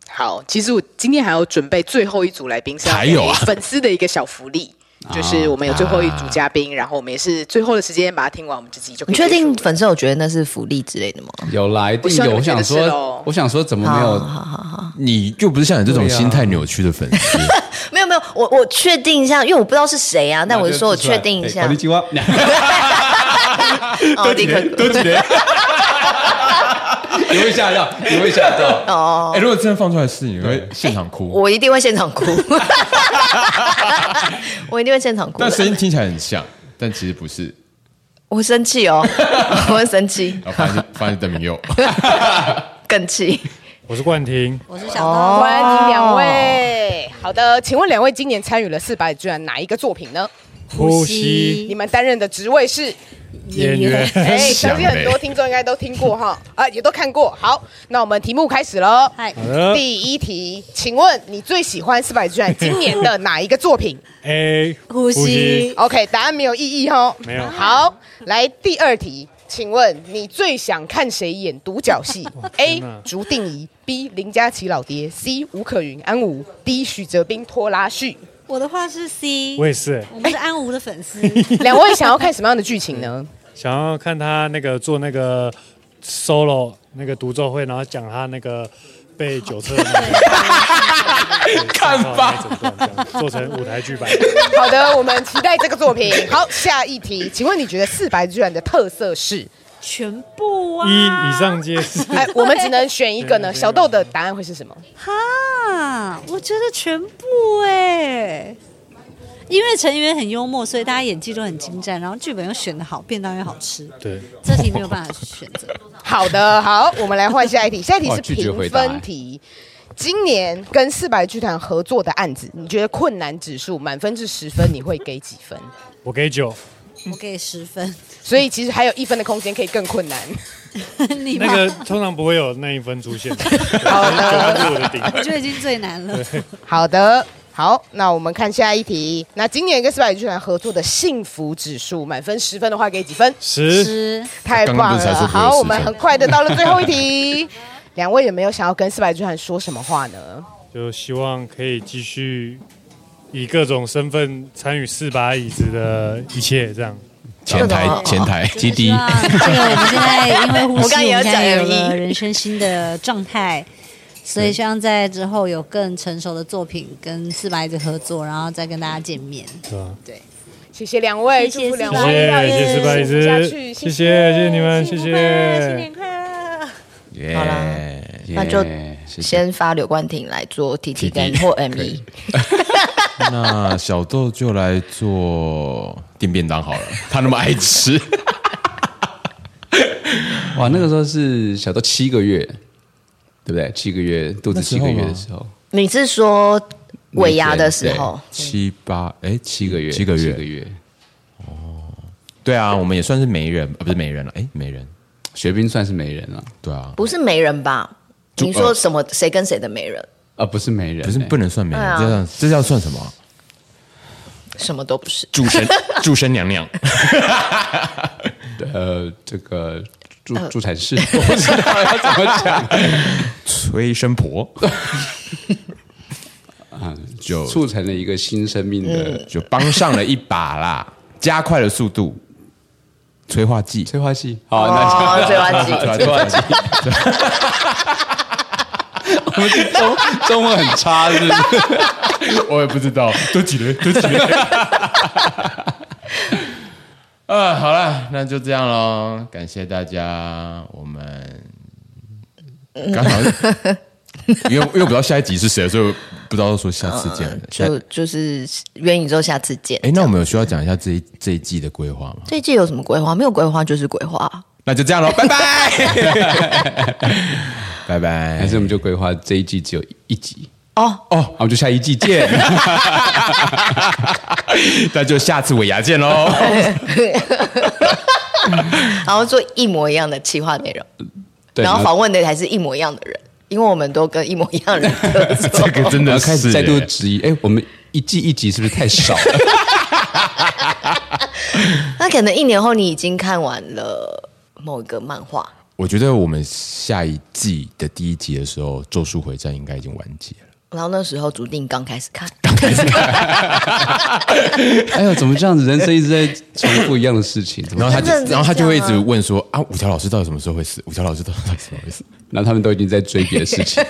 好，其实我今天还有准备最后一组来宾是要还有给啊粉丝的一个小福利，啊就是我们有最后一组嘉宾，然后我们也是最后的时间把它听完，我们自己就可 你以确结束定粉丝有觉得那是福利之类的吗？有啦，一定我希望你有。我们想觉得是咯说，我想说，怎么没有？你又不是像你这种对啊心态扭曲的粉丝，没有没有，我我确定一下，因为我不知道是谁啊，但我就说我确定一下哎。计划， 哦，立刻多几年，你会吓到，你会吓到。 哦，哎，如果真的放出来是，你会现场哭，我一定会现 场哭，我一定会现 场哭但。声音听起来很像，但其实不是。我会生气哦，我会生气，然后 发现是发现是邓明佑，更气。我是冠廷，我是哦，欢迎两。位。好的，请问两位今年参与了四百居然哪一个作品呢？呼吸你们担任的职位是演员，欸哎，相信很多听众应该都听过哈，啊，也都看过。好，那我们题目开始喽。嗨的第一题，请问你最喜欢四百居然今年的哪一个作品 A 呼吸， ？OK，答案没有意义哦。没有好，来第二题，请问你最想看谁演独角戏？A. 竹定仪，B. 林佳琪老爹，C. 吴可云安武，D. 许哲斌拖拉旭。我的话是 C，我也是哎我们是安吴的粉丝， 两位想要看什么样的剧情 呢？想要看他那个做那个 solo 那个独奏会，然后讲他那个被酒测的 那个看吧，做成舞台剧版。好的，我们期待这个作品。好，下一题，请问你觉得四白居然的特色是？全部一啊，以上皆是，哎，我们只能选一个呢。小豆的答案会是什么？哈，啊我觉得全部哎。因为成员很幽默，所以大家演技都很精湛，然后剧本又选得好，便当又好吃。对，这题没有办法选择。好的，好，我们来换下一题。下一题哇是拒绝评回答分题，今年跟四百剧团合作的案子，你觉得困难指数满分至十分，你会给几分？我给九， 我给十分。所以其实还有一分的空间可以更困难。 你那吗个通常不会有那一分出 现，九分好的是我的顶我觉得已经最难了。好的，好，那我们看下一题。那今年跟四百剧团合作的幸福指数，满分十分的话给几分？十十，太刚棒刚不了。是才说不会有好，十我们分很快的到了最后一题。两位有没有想要跟四百剧团说什么话呢？就希望可以继续以各种身份参与四把椅子的一切，这样。前台前台基地，这个我们现在因为呼吸，我我刚刚也们有现讲在有 M1 了人生新的状态，所以希望在之后有更成熟的作品跟四百子合作，然后再跟大家见面。对啊对，谢谢两位，祝福两位，谢谢谢谢四把椅幸子福下去，谢谢谢谢你们，谢吧谢。好啦，那就哎谢谢先发刘冠廷来做 T T 跟或 M E。那小豆就来做订便当好 了，他那么爱吃。哇，那个时候是小到七个月，对不对？七个月肚子七个月的时候，你是说尾牙的时候？嗯七八哎七个月七七个个月月七个月。对啊，我们也算是媒人啊，不是媒人了，哎媒人，学兵算是媒人了。对啊，不是媒人吧？就你说什么？谁跟谁的媒人？啊，不是媒人，不是不能算媒对人，啊这样这叫算什么啊？什么都不是。祝 生祝生娘娘，呃，这个助呃助产士， 我不知道要怎么讲。 催生婆，啊，就促成了一个新生命嗯的，就帮上了一把啦，加快了速度。催化剂，催化剂，好，哦那就催化剂催化剂， 我们中中文很差，是不是？我也不知道，这几人，这几人。 啊，好了，那就这样喽，感谢大家，我们刚好嗯是因为因为我不知道下一集是谁，所以我不知道说下次见。下嗯就就是元宇宙，下次见。哎，那我们有需要讲一下这一这一季的规划吗？这一季有什么规划？没有规划就是规划。那就这样喽，拜拜，拜拜。还是我们就规划这一季只有一集哦 哦，我们就下一季 见，那就下次尾牙见喽。然后做一模一样的企划内容，对然后然后访问的还是一模一样的人，因为我们都跟一模一样的人合作。这个真的然后是开始再度欸质疑，哎，我们一季一集是不是太少 了？那可能一年后你已经看完了某一个漫画，我觉得我们下一季的第一集的时候，《咒术回战》应该已经完结了。然后那时候注定刚开始看，哎呦，怎么这样子？人生一直在重复一样的事情，怎么然后他真的是就，然后他就这会一样啊直问说：“啊，五条老师到底什么时候会死？五条老师到底什么时候会死然后他们都已经在追别的 事 情。？”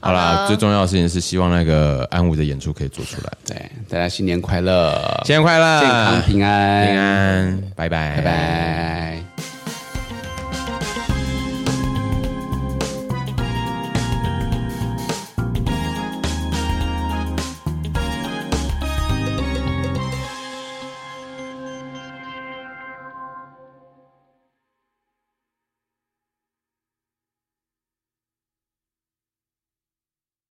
好啦，最重要的事情是希望那个安武的演出可以做出来。对，大家新年快乐，新年快乐，健康平安，平安，拜拜，拜拜。